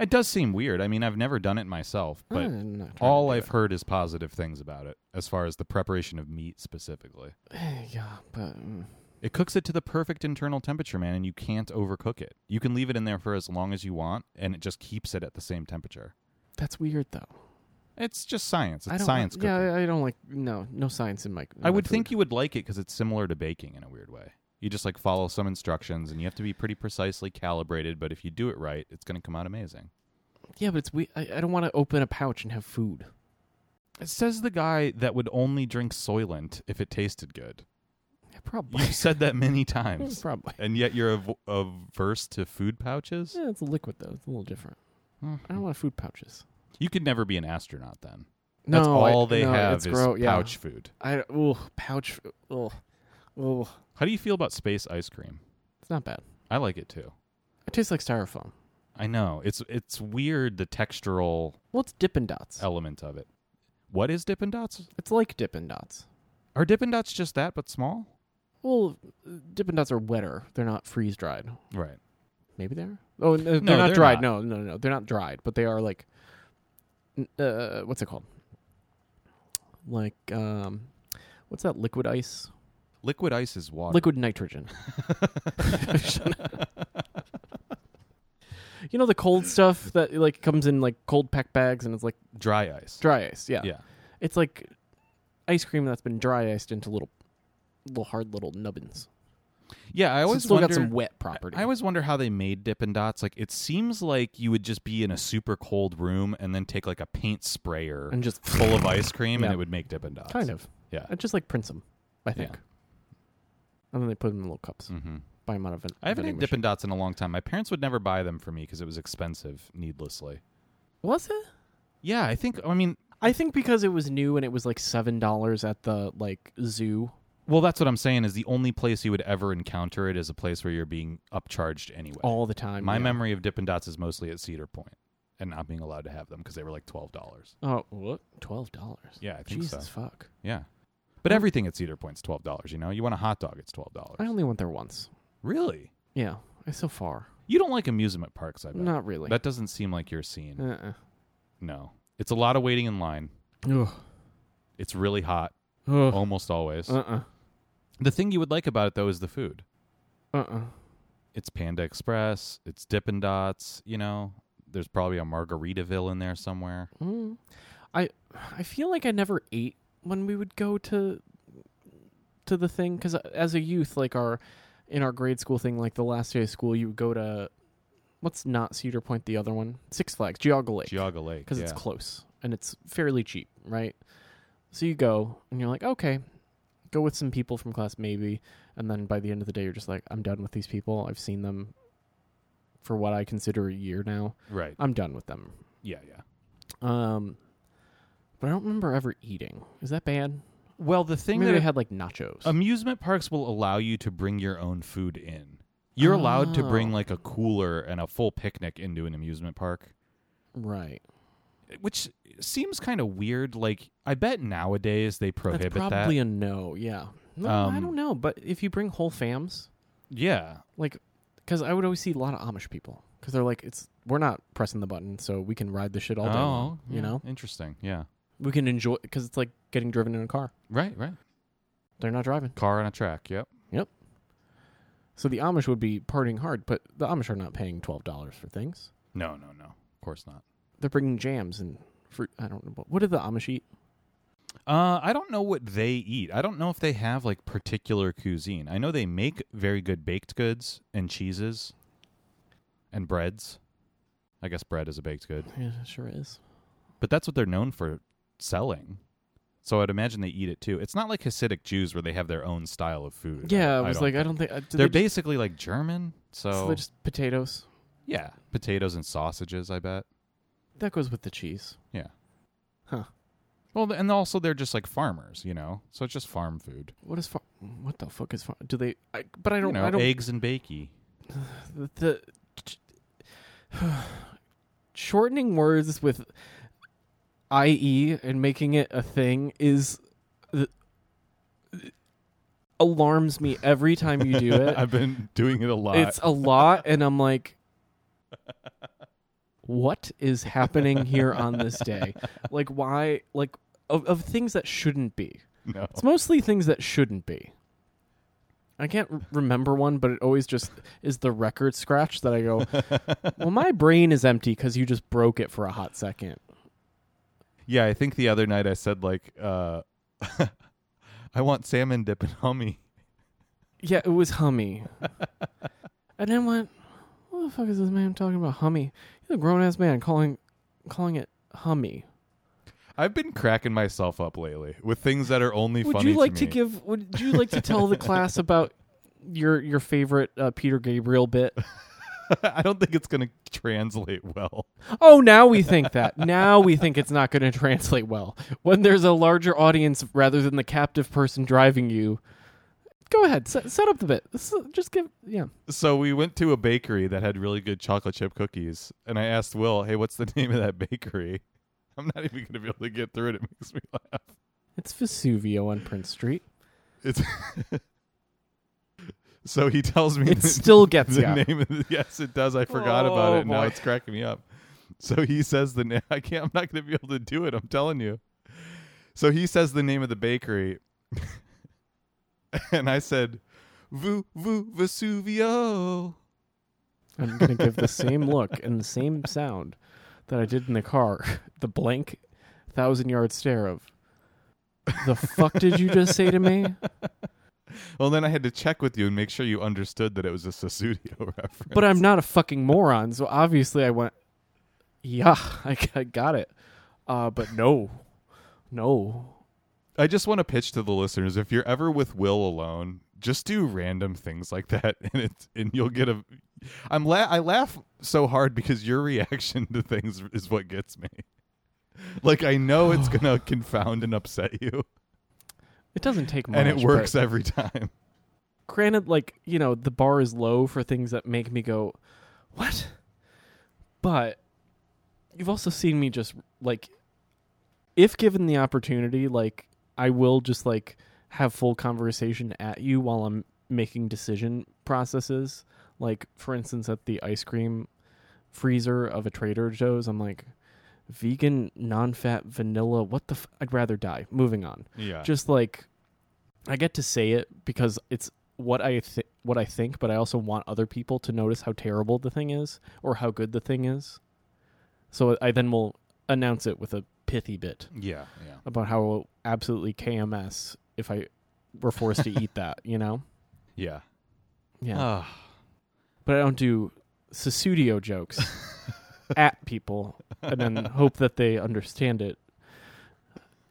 It does seem weird. I mean, I've never done it myself, but I'm not trying all Hmm, to do I've heard is positive things about it as far as the preparation of meat specifically. it. yeah, but mm, It cooks it to the perfect internal temperature, man, and you can't overcook it. You can leave it in there for as long as you want, and it just keeps it at the same temperature. that's weird though. It's just science. I It's don't. science like, cooking. yeah, I- I don't like no no science in my. in I my would food. think you would like it because it's similar to baking in a weird way. You just like follow some instructions, and you have to be pretty precisely calibrated. But if you do it right, it's going to come out amazing. Yeah, but it's we. I, I don't want to open a pouch and have food. It says the guy that would only drink Soylent if it tasted good. Yeah, probably. You've said that many times, probably. and yet you're av- averse to food pouches. Yeah, it's a liquid though. It's a little different. Hmm. I don't want food pouches. You could never be an astronaut then. No, That's I- all they no, have it's is gro- yeah. pouch food. I ooh pouch. Ooh, ooh. How do you feel about space ice cream? It's not bad. I like it too. It tastes like styrofoam. I know it's it's weird the textural Well, it's Dippin' Dots. element of it. What is Dippin' Dots? It's like Dippin' Dots. Are Dippin' Dots just that but small? Well, uh, Dippin' Dots are wetter. They're not freeze dried. Right. Maybe they're. Oh, n- they're No, not they're dried. not. No, no, no. They're not dried, but they are like. n- Uh, what's it called? Like um, what's that liquid ice? Liquid ice is water. Liquid nitrogen. you know the cold stuff that like comes in like cold pack bags and it's like dry ice. dry ice. Yeah. yeah. It's like ice cream that's been dry iced into little, little hard little nubbins. Yeah, I I always always still wonder got some wet property. I always wonder how they made Dippin' Dots. Like, it seems like you would just be in a super cold room and then take like a paint sprayer and just full of ice cream, and Yeah. it would make Dippin' Dots. kind of Yeah. I just like prints them, I think. Yeah. And then they put them in little cups. Mm-hmm. Buy them out of an. I haven't vending had Dippin' Dots in a long time. My parents would never buy them for me because it was expensive, needlessly. machine. Was it? Yeah, I think. I mean, I think because it was new and it was like seven dollars at the like zoo. Well, that's what I'm saying is the only place you would ever encounter it is a place where you're being upcharged anyway. all the time. My yeah. memory of Dippin' Dots is mostly at Cedar Point and not being allowed to have them because they were like twelve dollars. Oh, what? Twelve dollars. Yeah, I think Jesus so. fuck. Yeah, but everything at Cedar Point's twelve dollars. You know, you want a hot dog, it's twelve dollars. I only went there once. really. Yeah, I so far. You don't like amusement parks, I bet. Not really. That doesn't seem like your scene. uh-uh. No, it's a lot of waiting in line. Ugh. It's really hot Ugh. almost always. Uh-uh. the thing you would like about it though is the food. Uh-uh. It's Panda Express. It's Dippin' Dots. You know, there's probably a Margaritaville in there somewhere. Mm. I I feel like I never ate when we would go to to the thing because as a youth, like our in our grade school thing, like the last day of school, you would go to what's not Cedar Point, the other one, Six Flags, Geauga Lake, Geauga Lake. because it's yeah. close and it's fairly cheap, right? So you go and you're like, okay, go with some people from class maybe, and then by the end of the day, you're just like, I'm done with these people. I've seen them for what I consider a year now. right. I'm done with them. Yeah, yeah. Um, but I don't remember ever eating. Is that bad? Well, the thing Maybe they that had like nachos. amusement parks will allow you to bring your own food in. You're allowed to bring Oh. like a cooler and a full picnic into an amusement park, right. which seems kind of weird. Like, I bet nowadays they prohibit That's probably a no. Yeah. No, I Um, don't know. But if you bring whole fams, that. Yeah. like, because I would always see a lot of Amish people because they're like, it's we're not pressing the button, so we can ride the shit all day. long, oh, yeah. You know, Interesting. Yeah. we can enjoy because it's like getting driven in a car. Right, right. They're not driving. Car on a track. Yep. So the Amish would be partying hard, but the Amish are not paying twelve dollars for things. No, no, no. Of course not. They're bringing jams and fruit. I don't know what, what did the Amish eat. Uh, I don't know what they eat. I don't know if they have like particular cuisine. I know they make very good baked goods and cheeses and breads. I guess bread is a baked good, Yeah, it sure is. but that's what they're known for selling. So I'd imagine they eat it too. It's not like Hasidic Jews where they have their own style of food. Yeah, I was don't like, I think. don't think uh, do they're they basically like German. So, just, so they're just potatoes. yeah, potatoes and sausages. I bet. That goes with the cheese. Yeah. Huh. Well, th- and also they're just like farmers, you know. So it's just farm food. What is far- what the fuck is far- do they? I, but I You don't. know, I don't. eggs and bakey. the, the shortening words with IE and making it a thing is the, alarms me every time you do it. I've been doing it a lot. it's a lot, and I'm like. What is happening here on this day? Like, why? Like, of, of things that shouldn't be. no. It's mostly things that shouldn't be. I can't r- remember one, but it always just is the record scratch that I go, well, my brain is empty because you just broke it for a hot second. Yeah, I think the other night I said like, uh, I want salmon dip and hummy. Yeah, it was Hummy. and then went, what the fuck is this man talking about Hummy? He's a grown ass man calling calling it Hummy. I've been cracking myself up lately with things that are only Would funny you like to, to, me. give? Would you like to tell the class about your your favorite uh, Peter Gabriel bit? I don't think it's going to translate well. Oh, now we think that. Now we think it's not going to translate well. When there's a larger audience rather than the captive person driving you, go ahead, set, set up the bit. This is- Just give, yeah. So we went to a bakery that had really good chocolate chip cookies, and I asked Will, "Hey, what's the name of that bakery?" I'm not even going to be able to get through it. It makes me laugh. It's Vesuvio on Prince Street. It's so he tells me It the- still gets the ya. name of the, yes it does i forgot about Oh, it and now boy. it's cracking me up so he says the name i can't i'm not going to be able to do it i'm telling you so he says the name of the bakery and i said vu vu vesuvio I'm going to give the same look and the same sound that I did in the car, the blank thousand yard stare of, the fuck did you just say to me? well then i had to check with you and make sure you understood that it was a Susudio reference But I'm not a fucking moron, so obviously I went, yeah, I, g- I got it. Uh, but no, no. I just want to pitch to the listeners: if you're ever with Will alone, just do random things like that, and it and you'll get a. I'm la- I laugh so hard because your reaction to things is what gets me. Like I know it's gonna confound and upset you, It doesn't take much. and it works but every time. granted, like you know, the bar is low for things that make me go, "What?" But you've also seen me just like, if given the opportunity, like I will just like have full conversation at you while I'm making decision processes. Like for instance, at the ice cream freezer of a Trader Joe's, I'm like, vegan, non-fat, vanilla. What the? F- I'd rather die. Moving on Yeah, just like I get to say it because it's what I th- what I think, but I also want other people to notice how terrible the thing is or how good the thing is. So I then will announce it with a pithy bit yeah, yeah. about how absolutely KMS if I were forced to eat that, you know? Yeah. Yeah. Ah. but I don't do Susudio jokes at people and then hope that they understand it.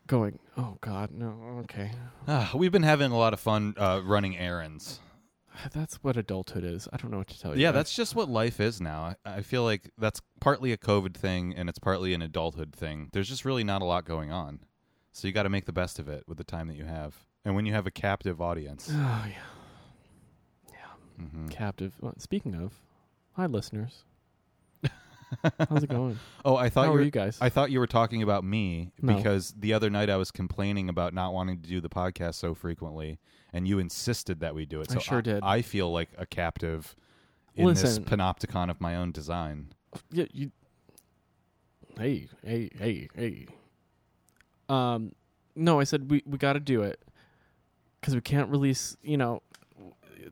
Going, oh God, no, okay. Ah, we've been having a lot of fun uh, running errands. That's what adulthood is. I don't know what to tell you. Yeah, guys. that's just what life is now. I, I feel like that's partly a COVID thing and it's partly an adulthood thing. There's just really not a lot going on. So you got to make the best of it with the time that you have. And when you have a captive audience. Oh yeah, hmm captive. Well, speaking of, hi listeners. How's it going? Oh, I thought How you are were, you guys? I thought you were talking about me No. because the other night I was complaining about not wanting to do the podcast so frequently and you insisted that we do it. I So sure did. I feel like a captive in Listen. this panopticon of my own design. yeah, you. Hey, hey, hey, hey. Um, no, I said we we got to do it because we can't release. You know,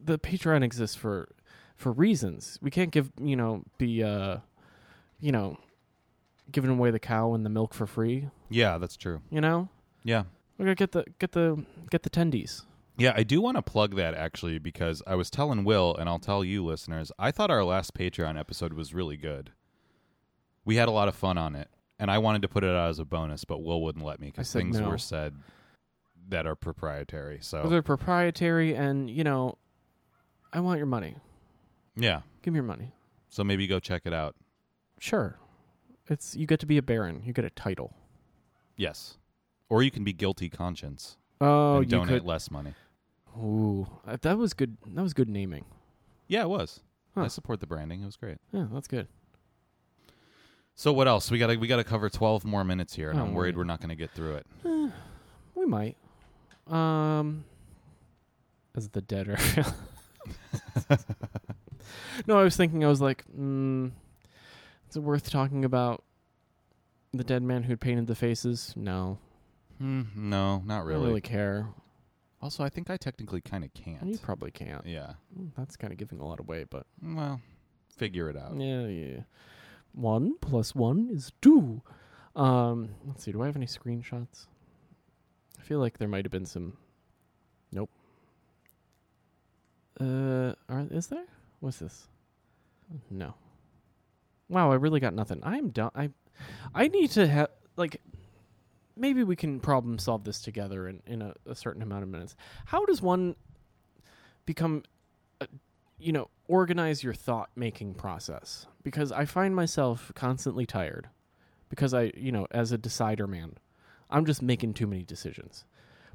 the Patreon exists for for reasons. We can't give you know be uh, you know, giving away the cow and the milk for free. Yeah, that's true. You know, Yeah. we gotta get the get the get the tendies. Yeah, I do want to plug that actually because I was telling Will and I'll tell you listeners, I thought our last Patreon episode was really good. We had a lot of fun on it, and I wanted to put it out as a bonus, but Will wouldn't let me I because said things no. were said that are proprietary. So Well, They're proprietary, and you know, I want your money. yeah, Give me your money. so maybe go check it out. Sure, it's you get to be a baron. You get a title. Yes, or you can be guilty conscience Oh, and you donate could. less money. Ooh, uh, that was good. That was good naming. Yeah, it was. Huh. I support the branding. It was great. Yeah, that's good. So what else? We gotta we gotta cover twelve more minutes here, and Oh, I'm worried yeah. we're not gonna get through it. We might. Um, as the dead are. no, I was thinking. I was like, mm, is it worth talking about the dead man who painted the faces? No, Hmm, no, not I really. don't really care. Also, I think I technically kind of And you can't. probably can't. Yeah. Mm, That's kind of giving a lot away, but. uh, Well, figure it out. Yeah, yeah. One plus one is two. Um, let's see. Do I have any screenshots? I feel like there might have been some. Nope. Uh, are, is there? What's this? No. Wow, I really got nothing. I'm done. I, I need to have like. Maybe we can problem solve this together in, in a, a certain amount of minutes. How does one become you know, organize your thought making process because I find myself constantly tired because I, you know, as a decider man, I'm just making too many decisions.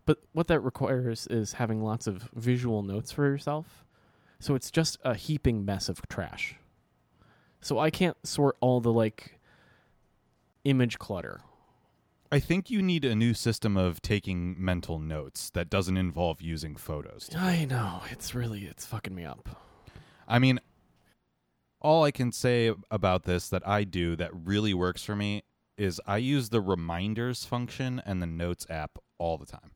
But what that requires is having lots of visual notes for yourself. So it's just a heaping mess of trash. So I can't sort all the like image clutter. I think you need a new system of taking mental notes that doesn't involve using photos. I know, it's really it's fucking me up. I mean, all I can say about this that I do that really works for me is I use the reminders function and the notes app all the time.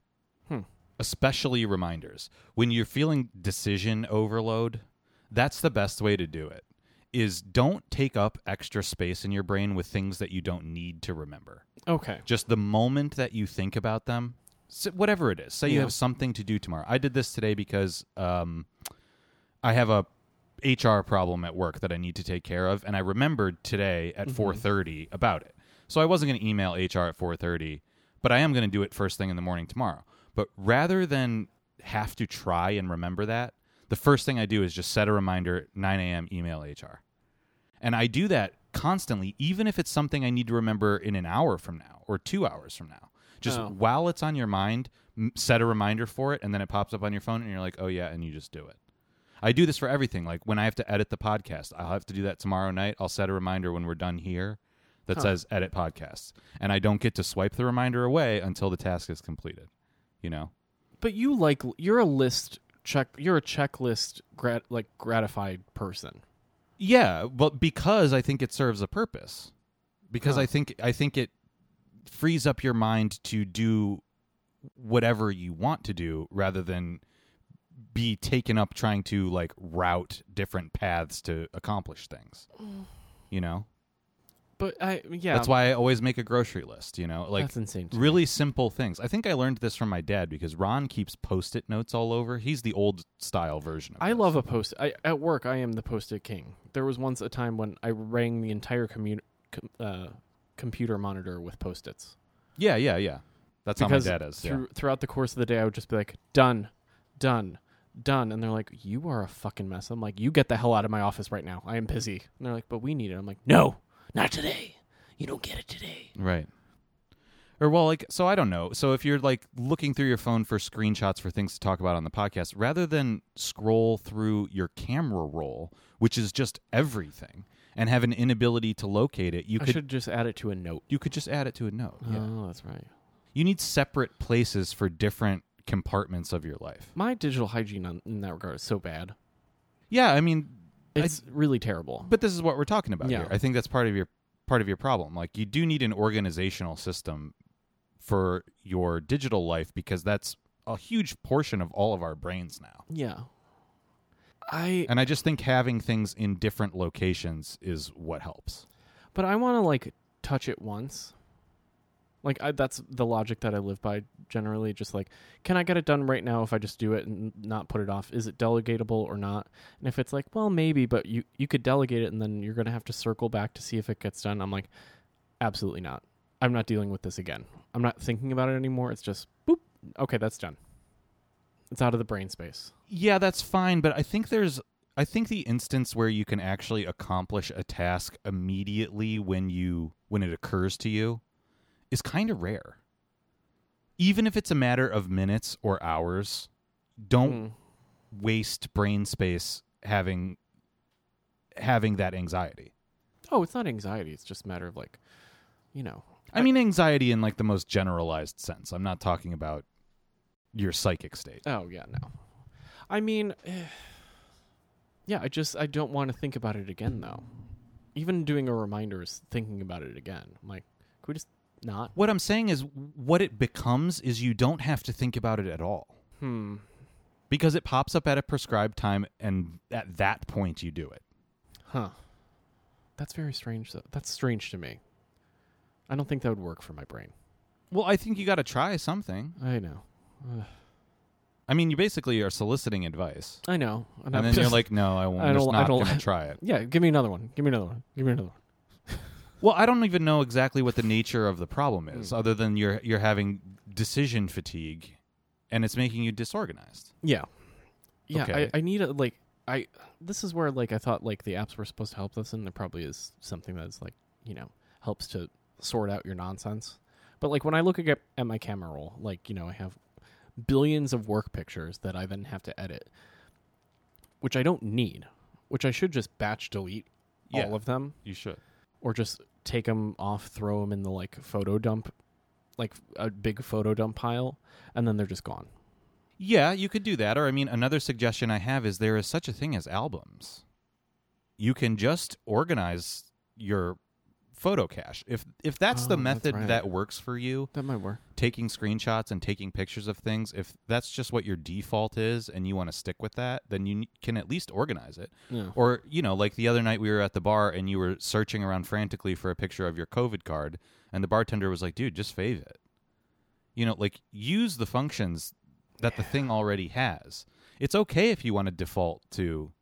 Hmm. Especially reminders. When you're feeling decision overload, that's the best way to do it. Is don't take up extra space in your brain with things that you don't need to remember. Okay. just the moment that you think about them s- whatever it is say you Yeah. have something to do tomorrow i did this today because um, i have a hr problem at work that i need to take care of and i remembered today at Mm-hmm. 4.30 about it so i wasn't going to email hr at 4.30 but i am going to do it first thing in the morning tomorrow but rather than have to try and remember that the first thing i do is just set a reminder 9 a.m email hr and I do that constantly, even if it's something I need to remember in an hour from now or two hours from now. Just Oh. while it's on your mind, m- set a reminder for it, and then it pops up on your phone, and you're like, oh yeah, and you just do it. I do this for everything. Like when I have to edit the podcast, I'll have to do that tomorrow night. I'll set a reminder when we're done here that says edit podcast, and I don't get to swipe the reminder away until the task is completed. You know, But you like you're a list check. You're a checklist grat, like gratified person. Yeah, but because I think it serves a purpose. Because Huh. I think I think it frees up your mind to do whatever you want to do rather than be taken up trying to like route different paths to accomplish things. You know? But I Mm. yeah, That's why I always make a grocery list, you know? Like that's insane. to me. really simple things. I think I learned this from my dad because Ron keeps post-it notes all over. He's the old style version of I this. love a post. I at work I am the post-it king. There was once a time when I rang the entire commu- com, uh, computer monitor with post-its. Yeah, yeah, yeah. That's how my dad is. yeah. through, throughout the course of the day, I would just be like, done, done, done. And they're like, you are a fucking mess. I'm like, you get the hell out of my office right now. I am busy. And they're like, but we need it. I'm like, no, not today. You don't get it today. Right. Or well, like so I don't know. So if you're like looking through your phone for screenshots for things to talk about on the podcast, rather than scroll through your camera roll, which is just everything, and have an inability to locate it, you I could should just add it to a note. you could just add it to a note. Yeah. Oh, that's right. You need separate places for different compartments of your life. My digital hygiene on, in that regard is so bad. Yeah, I mean, I- It's really terrible. but this is what we're talking about Yeah. here. I think that's part of your part of your problem. Like you do need an organizational system for your digital life because that's a huge portion of all of our brains now. yeah. I And I just think having things in different locations is what helps. But I want to like touch it once. Like I, that's the logic that I live by generally. Just like, can I get it done right now if I just do it and not put it off? Is it delegatable or not? And if it's like, well, maybe, but you you could delegate it and then you're gonna have to circle back to see if it gets done. I'm like, absolutely not. I'm not dealing with this again. I'm not thinking about it anymore. It's just boop. Okay, that's done. It's out of the brain space. Yeah, that's fine, but I think there's I think the instance where you can actually accomplish a task immediately when you when it occurs to you is kind of rare. Even if it's a matter of minutes or hours, don't Mm. waste brain space having having that anxiety. Oh, it's not anxiety. It's just a matter of like, you know, I mean anxiety in like the most generalized sense. I'm not talking about your psychic state. Oh yeah, no. I mean, eh, yeah, I just I don't want to think about it again though. Even doing a reminder is thinking about it again. I'm like, could we just not? What I'm saying is what it becomes is you don't have to think about it at all Hmm. because it pops up at a prescribed time and at that point you do it. Huh. That's very strange. Though. That's strange to me. I don't think that would work for my brain. Well, I think you got to try something. I know. I mean, you basically are soliciting advice. I know. And I'm then you're just- like, "No, I won't. I I'm just don't- I not don't- going to try it." yeah, give me another one. Give me another one. Give me another one. Well, I don't even know exactly what the nature of the problem is, Hmm. other than you're you're having decision fatigue, and it's making you disorganized. Yeah. Yeah, Okay. I, I need a like I this is where like I thought like the apps were supposed to help us and there probably is something that's like, you know, helps to sort out your nonsense. But like when I look at, at my camera roll, like, you know, I have billions of work pictures that I then have to edit, which I don't need, which I should just batch delete Yeah. all of them You should. or just take them off, throw them in the like photo dump, like a big photo dump pile, and then they're just gone. Yeah, you could do that. Or I mean, another suggestion I have is there is such a thing as albums. You can just organize your photo cache if if that's Oh, the that's method right. that works for you. That might work. Taking screenshots and taking pictures of things, if that's just what your default is, and you want to stick with that, then you n- can at least organize it. Yeah. Or, you know, like the other night we were at the bar and you were searching around frantically for a picture of your COVID card, and the bartender was like, dude, just fave it. You know, like use the functions that the thing already has. It's okay if you want to default to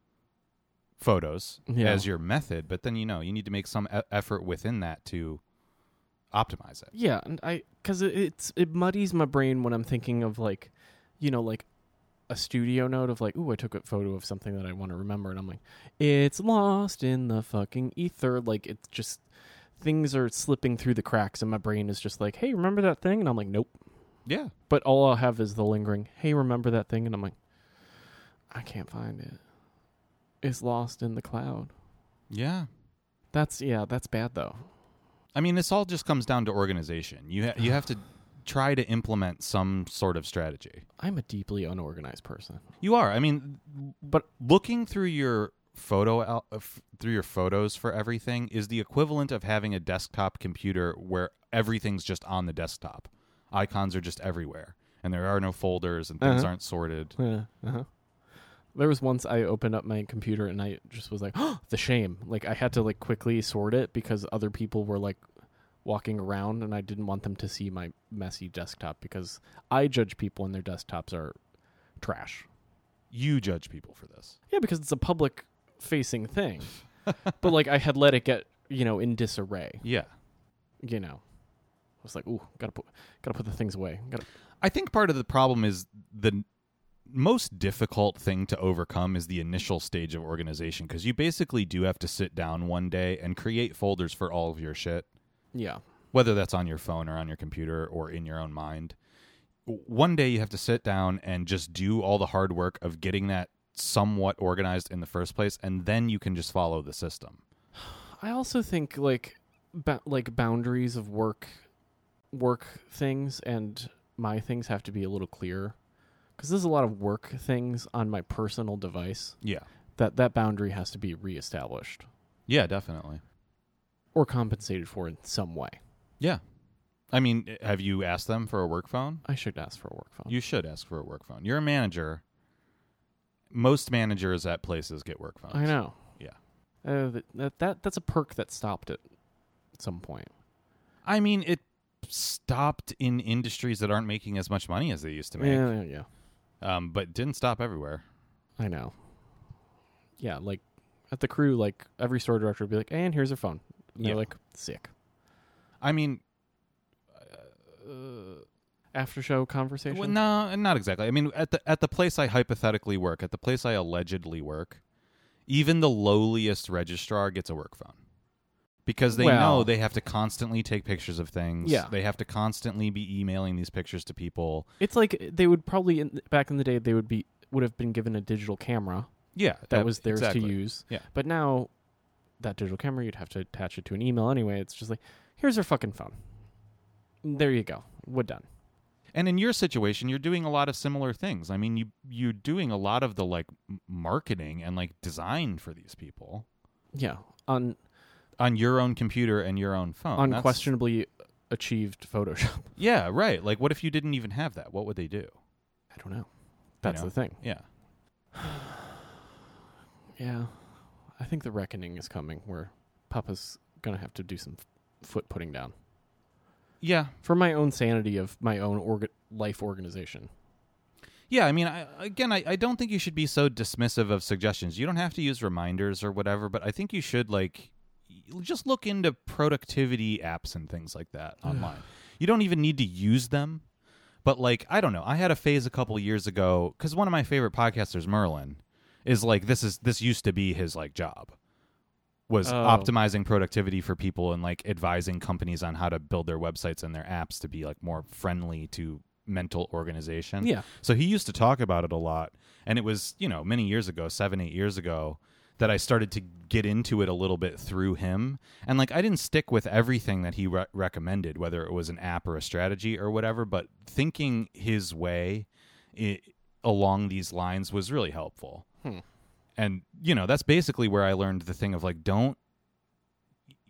photos Yeah. as your method, but then, you know, you need to make some e- effort within that to optimize it. Yeah, and I because it, it's it muddies my brain when I'm thinking of like, you know, like a a studio note of like, ooh, I took a photo of something that I want to remember, and I'm like, it's lost in the fucking ether. Like it's just things are slipping through the cracks, and my brain is just like, hey, remember that thing? And I'm like, nope. Yeah. But all I'll have is the lingering, hey, remember that thing? And I'm like, I can't find it. It's lost in the cloud. Yeah. That's yeah, that's bad though. I mean, this all just comes down to organization. You ha- you have to try to implement some sort of strategy. I'm a deeply unorganized person. You are. I mean, but looking through your photo al- uh, f- through your photos for everything is the equivalent of having a desktop computer where everything's just on the desktop. Icons are just everywhere, and there are no folders, and things Uh-huh. aren't sorted. Yeah. Uh-huh. There was once I opened up my computer and I just was like, oh, the shame. Like I had to like quickly sort it because other people were like walking around and I didn't want them to see my messy desktop because I judge people and their desktops are trash. You judge people for this. Yeah, because it's a public facing thing. but like I had let it get, you know, in disarray, Yeah. you know. I was like, ooh, gotta put gotta put the things away. Gotta I think part of the problem is the n- most difficult thing to overcome is the initial stage of organization because you basically do have to sit down one day and create folders for all of your shit, yeah. whether that's on your phone or on your computer or in your own mind. W- One day you have to sit down and just do all the hard work of getting that somewhat organized in the first place, and then you can just follow the system. I also think like ba- like boundaries of work work things and my things have to be a little clearer cuz there's a lot of work things on my personal device Yeah. that that boundary has to be reestablished Yeah, definitely. or compensated for in some way. Yeah. I mean, have you asked them for a work phone? I should ask for a work phone. You should ask for a work phone. You're a manager. Most managers at places get work phones. I know. Yeah. Uh, th- that, that that's a perk that stopped at some point. I mean, it stopped in industries that aren't making as much money as they used to make, Yeah, yeah, yeah. um, but didn't stop everywhere. I know. Yeah, like at the crew, like every store director would be like, "And here's her phone." And Yeah. They're like, "Sick." I mean, after show conversation. well, no, not exactly. I mean, at the at the place I hypothetically work, at the place I allegedly work, even the lowliest registrar gets a work phone because they know Well- they have to constantly take pictures of things. Yeah. they have to constantly be emailing these pictures to people. It's like they would probably in, back in the day they would be would have been given a digital camera Yeah, that was theirs to exactly. use. Yeah. But now that digital camera you'd have to attach it to an email anyway. It's just like here's her fucking phone. There you go. We're done. And in your situation, you're doing a lot of similar things. I mean, you you're doing a lot of the like m- marketing and like design for these people Yeah. Un- on your own computer and your own phone. Oh, That's- unquestionably achieved Photoshop. Yeah, right. Like what if you didn't even have that? What would they do? I don't know. That's know. the thing. Yeah. Yeah. I think the reckoning is coming where Papa's going to have to do some f- foot putting down Yeah. for my own sanity of my own orga- life organization. Yeah, I mean, I, again, I, I don't think you should be so dismissive of suggestions. You don't have to use reminders or whatever, but I think you should like y- just look into productivity apps and things like that online. you don't even need to use them, but like I don't know. I had a phase a couple years ago because one of my favorite podcasters, Merlin, is like this is this used to be his like job was Oh. optimizing productivity for people and like advising companies on how to build their websites and their apps to be like more friendly to mental organization. Yeah. So he used to talk about it a lot. And it was, you know, many years ago, seven, eight years ago, that I started to get into it a little bit through him. And like, I didn't stick with everything that he re- recommended, whether it was an app or a strategy or whatever, but thinking his way i along these lines was really helpful. Hmm. And, you know, that's basically where I learned the thing of like, don't,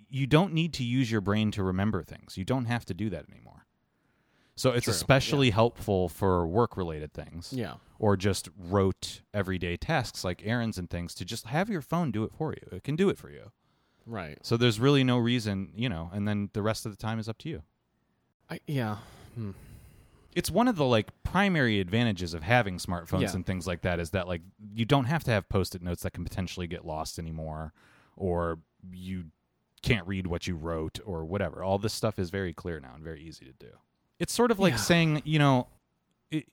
you don't need to use your brain to remember things. You don't have to do that anymore. So it's True, yeah. especially helpful for work related things Yeah. or just rote everyday tasks like errands and things to just have your phone do it for you. It can do it for you. Right. So there's really no reason, you know, and then the rest of the time is up to you. I, yeah. Hmm. It's one of the like primary advantages of having smartphones Yeah. and things like that is that like you don't have to have post-it notes that can potentially get lost anymore or you can't read what you wrote or whatever. All this stuff is very clear now and very easy to do. It's sort of like Yeah. saying, you know, it,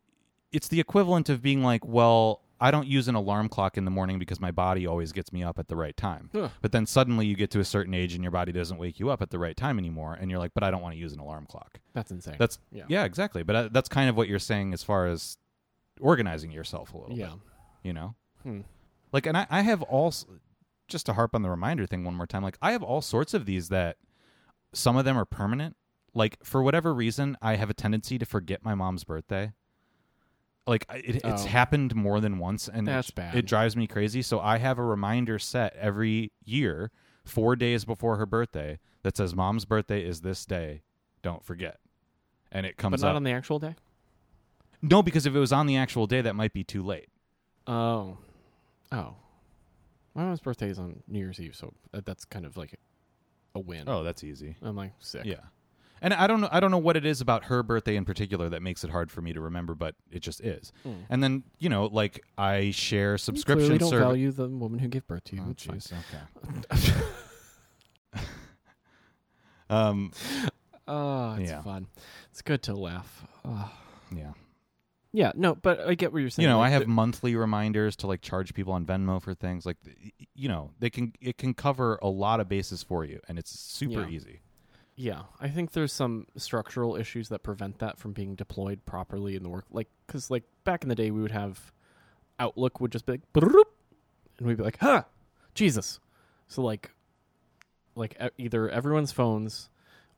it's the equivalent of being like, well, I don't use an alarm clock in the morning because my body always gets me up at the right time. Huh. But then suddenly you get to a certain age and your body doesn't wake you up at the right time anymore, and you're like, but I don't want to use an alarm clock. That's insane. That's yeah, Yeah. exactly. But uh, that's kind of what you're saying as far as organizing yourself a little yeah. bit. You know, Hmm. like, and I, I have all s- just to harp on the reminder thing one more time. Like, I have all sorts of these that some of them are permanent. Like, for whatever reason, I have a tendency to forget my mom's birthday. Like, I- it, it's Oh. happened more than once, and That's it, bad. It drives me crazy. So I have a reminder set every year, four days before her birthday, that says, "Mom's birthday is this day. Don't forget." And it comes But not up. on the actual day? No, because if it was on the actual day, that might be too late. Oh. Oh. My mom's birthday is on New Year's Eve, so that, that's kind of like a win. that's easy. I'm like, sick. Oh. Yeah, and I don't know. I don't know what it is about her birthday in particular that makes it hard for me to remember, but it just is. Mm. And then you know, like I share You clearly subscription don't service. value the woman who gave birth to you. Oh, It's fine. jeez. Okay. um. Oh, it's Yeah. fun. It's good to laugh. Oh. Yeah. Yeah, no, but I get what you're saying. You know, Like, I have the- monthly reminders to like charge people on Venmo for things. Like, you know, they can it can cover a lot of bases for you, and it's super Yeah. easy. Yeah, I think there's some structural issues that prevent that from being deployed properly in the work. Like, because like back in the day, we would have Outlook would just be like, "Broop," and we'd be like, "Huh, Jesus." So like, like e- either everyone's phones,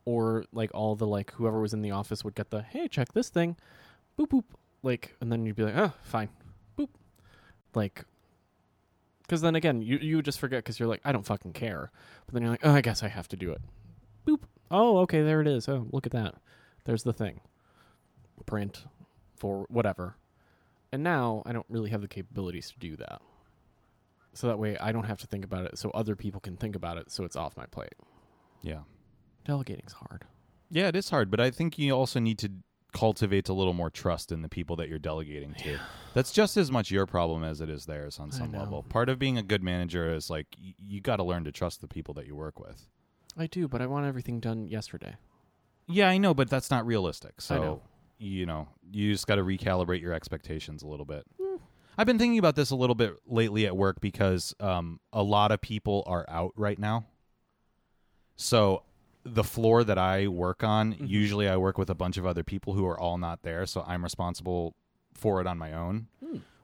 or like all the like whoever was in the office would get the "Hey, check this thing," boop boop, like, and then you'd be like, "Ah, fine," boop, like. Because then again, you you would just forget because you're like, I don't fucking care. But then you're like, oh, I guess I have to do it. Oh, okay, there it is. Oh, look at that. There's the thing. Print for whatever. And now I don't really have the capabilities to do that. So that way I don't have to think about it so other people can think about it so it's off my plate. Yeah. Delegating's hard. Yeah, it is hard, but I think you also need to cultivate a little more trust in the people that you're delegating to. That's just as much your problem as it is theirs on I some know. level. Part of being a good manager is like y- you got to learn to trust the people that you work with. I do, but I want everything done yesterday. Yeah, I know, but that's not realistic. So, I know. you know, you just got to recalibrate your expectations a little bit. I've been thinking about this a little bit lately at work because um, a lot of people are out right now. So, the floor that I work on, usually I work with a bunch of other people who are all not there. So, I'm responsible for it on my own,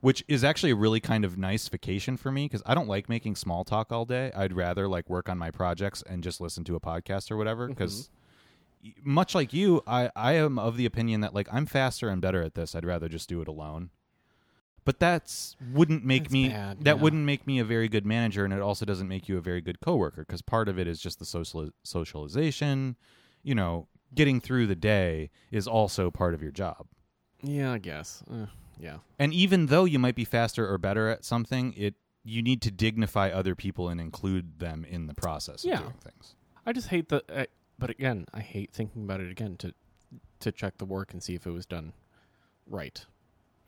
which is actually a really kind of nice vacation for me because I don't like making small talk all day. I'd rather like work on my projects and just listen to a podcast or whatever because much like you, I, I am of the opinion that like I'm faster and better at this. I'd rather just do it alone. But that's wouldn't make That's me bad, that yeah. wouldn't make me a very good manager, and it also doesn't make you a very good coworker because part of it is just the social socialization. You know, getting through the day is also part of your job. Yeah, I guess. Uh, yeah. And even though you might be faster or better at something, it you need to dignify other people and include them in the process Yeah. of doing things. I just hate the. I, but again, I hate thinking about it again to to check the work and see if it was done right.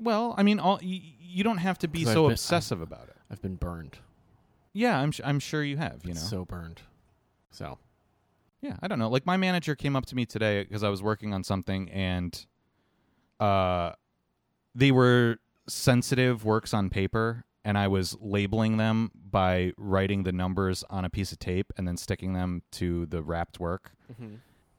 Well, I mean, all you, you don't have to be 'Cause I've so been- obsessive about it. I've been burned. Yeah, I'm sh- I'm sure you have. You know. So burned. So. yeah, I don't know. Like my manager came up to me today because I was working on something, and uh, they were sensitive works on paper, and I was labeling them by writing the numbers on a piece of tape and then sticking them to the wrapped work.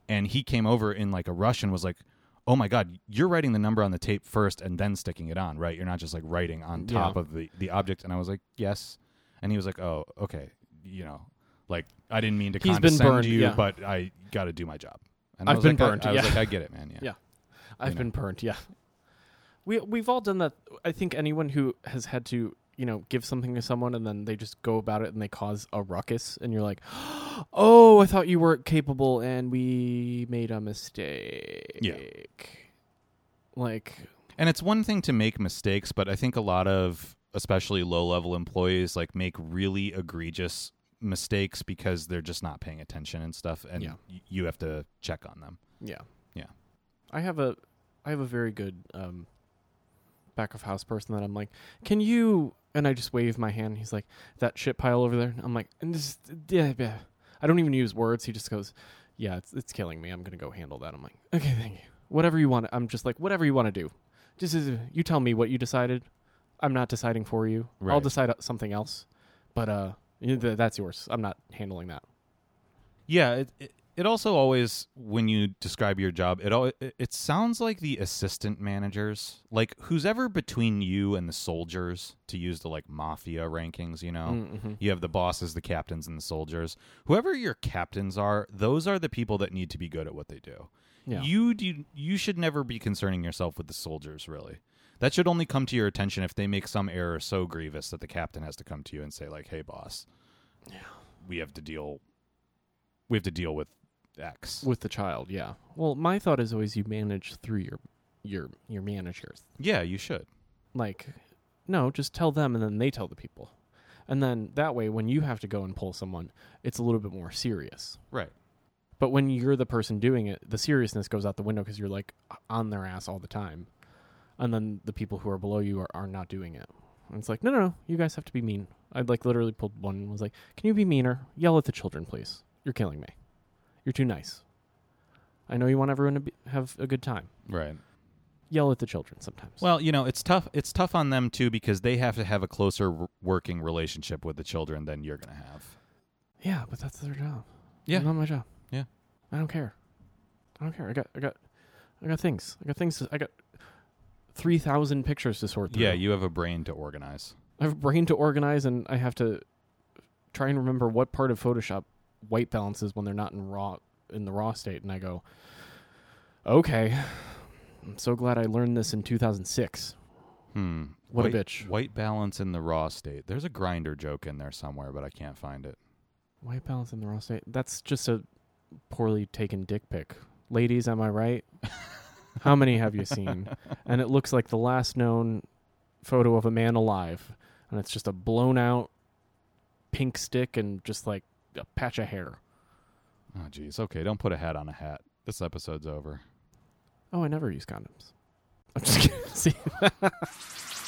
And he came over in like a rush and was like. Oh my God! You're writing the number on the tape first, and then sticking it on, right? You're not just like writing on Yeah. top of the the object. And I was like, "Yes," and he was like, "Oh, okay." You know, like I didn't mean to He's been condescend burned, you, yeah. but I got to do my job. And I I've was been like, I- burned, I, was yeah. like, I get it, man. Yeah. Yeah. I've know. been burnt. Yeah, we we've all done that. I think anyone who has had to you know give something to someone and then they just go about it and they cause a ruckus and you're like, oh, I thought you weren't capable and we made a mistake. Like And it's one thing to make mistakes, but I think a lot of especially low-level employees like make really egregious mistakes because they're just not paying attention and stuff and Yeah. y- you have to check on them. Yeah. Yeah. I have a I have a very good um back of house person that I'm like, "Can you?" and I just wave my hand. He's like, "That shit pile over there." I'm like, and just, yeah, yeah." I don't even use words. He just goes, "Yeah, it's it's killing me. I'm going to go handle that." I'm like, "Okay, thank you. Whatever you want." I'm just like, "Whatever you want to do. This is you tell me what you decided. I'm not deciding for you. I'll Right. decide something else. But uh, you- th- that's yours. I'm not handling that. Yeah, it, it it also always when you describe your job, it al- it, it sounds like the assistant managers, like who's ever between you and the soldiers to use the like mafia rankings, you know. Mm-hmm. You have the bosses, the captains and the soldiers. Whoever your captains are, those are the people that need to be good at what they do. Yeah. You do you should never be concerning yourself with the soldiers really. That should only come to your attention if they make some error so grievous that the captain has to come to you and say like, "Hey boss, we have to deal we have to deal with X." with the child yeah well my thought is always you manage through your your your managers yeah, you should. like no just tell them and then they tell the people and then that way when you have to go and pull someone it's a little bit more serious Right. but when you're the person doing it the seriousness goes out the window because you're like on their ass all the time and then the people who are below you are, are not doing it and it's like no no no you guys have to be mean i'd like literally pulled one and was like can you be meaner yell at the children please you're killing me you're too nice i know you want everyone to be, have a good time Right. yell at the children sometimes Well, you know, it's tough it's tough on them too because they have to have a closer r- working relationship with the children than you're going to have. yeah but that's their job Yeah. not my job Yeah. i don't care i don't care i got i got i got things i got things to, i got 3000 pictures to sort through Yeah, you have a brain to organize. I have a brain to organize, and I have to try and remember what part of Photoshop white balance is when they're not in raw in the raw state. And I go, okay, I'm so glad I learned this in 2006. Hmm. What White- a bitch! White balance in the raw state. There's a grinder joke in there somewhere, but I can't find it. White balance in the raw state. That's just a poorly taken dick pic. Ladies, am I right? How many have you seen? And it looks like the last known photo of a man alive, and it's just a blown out pink stick and just like a patch of hair. Oh, jeez. Okay, don't put a hat on a hat. This episode's over. Oh, I never use condoms. I'm just kidding. See?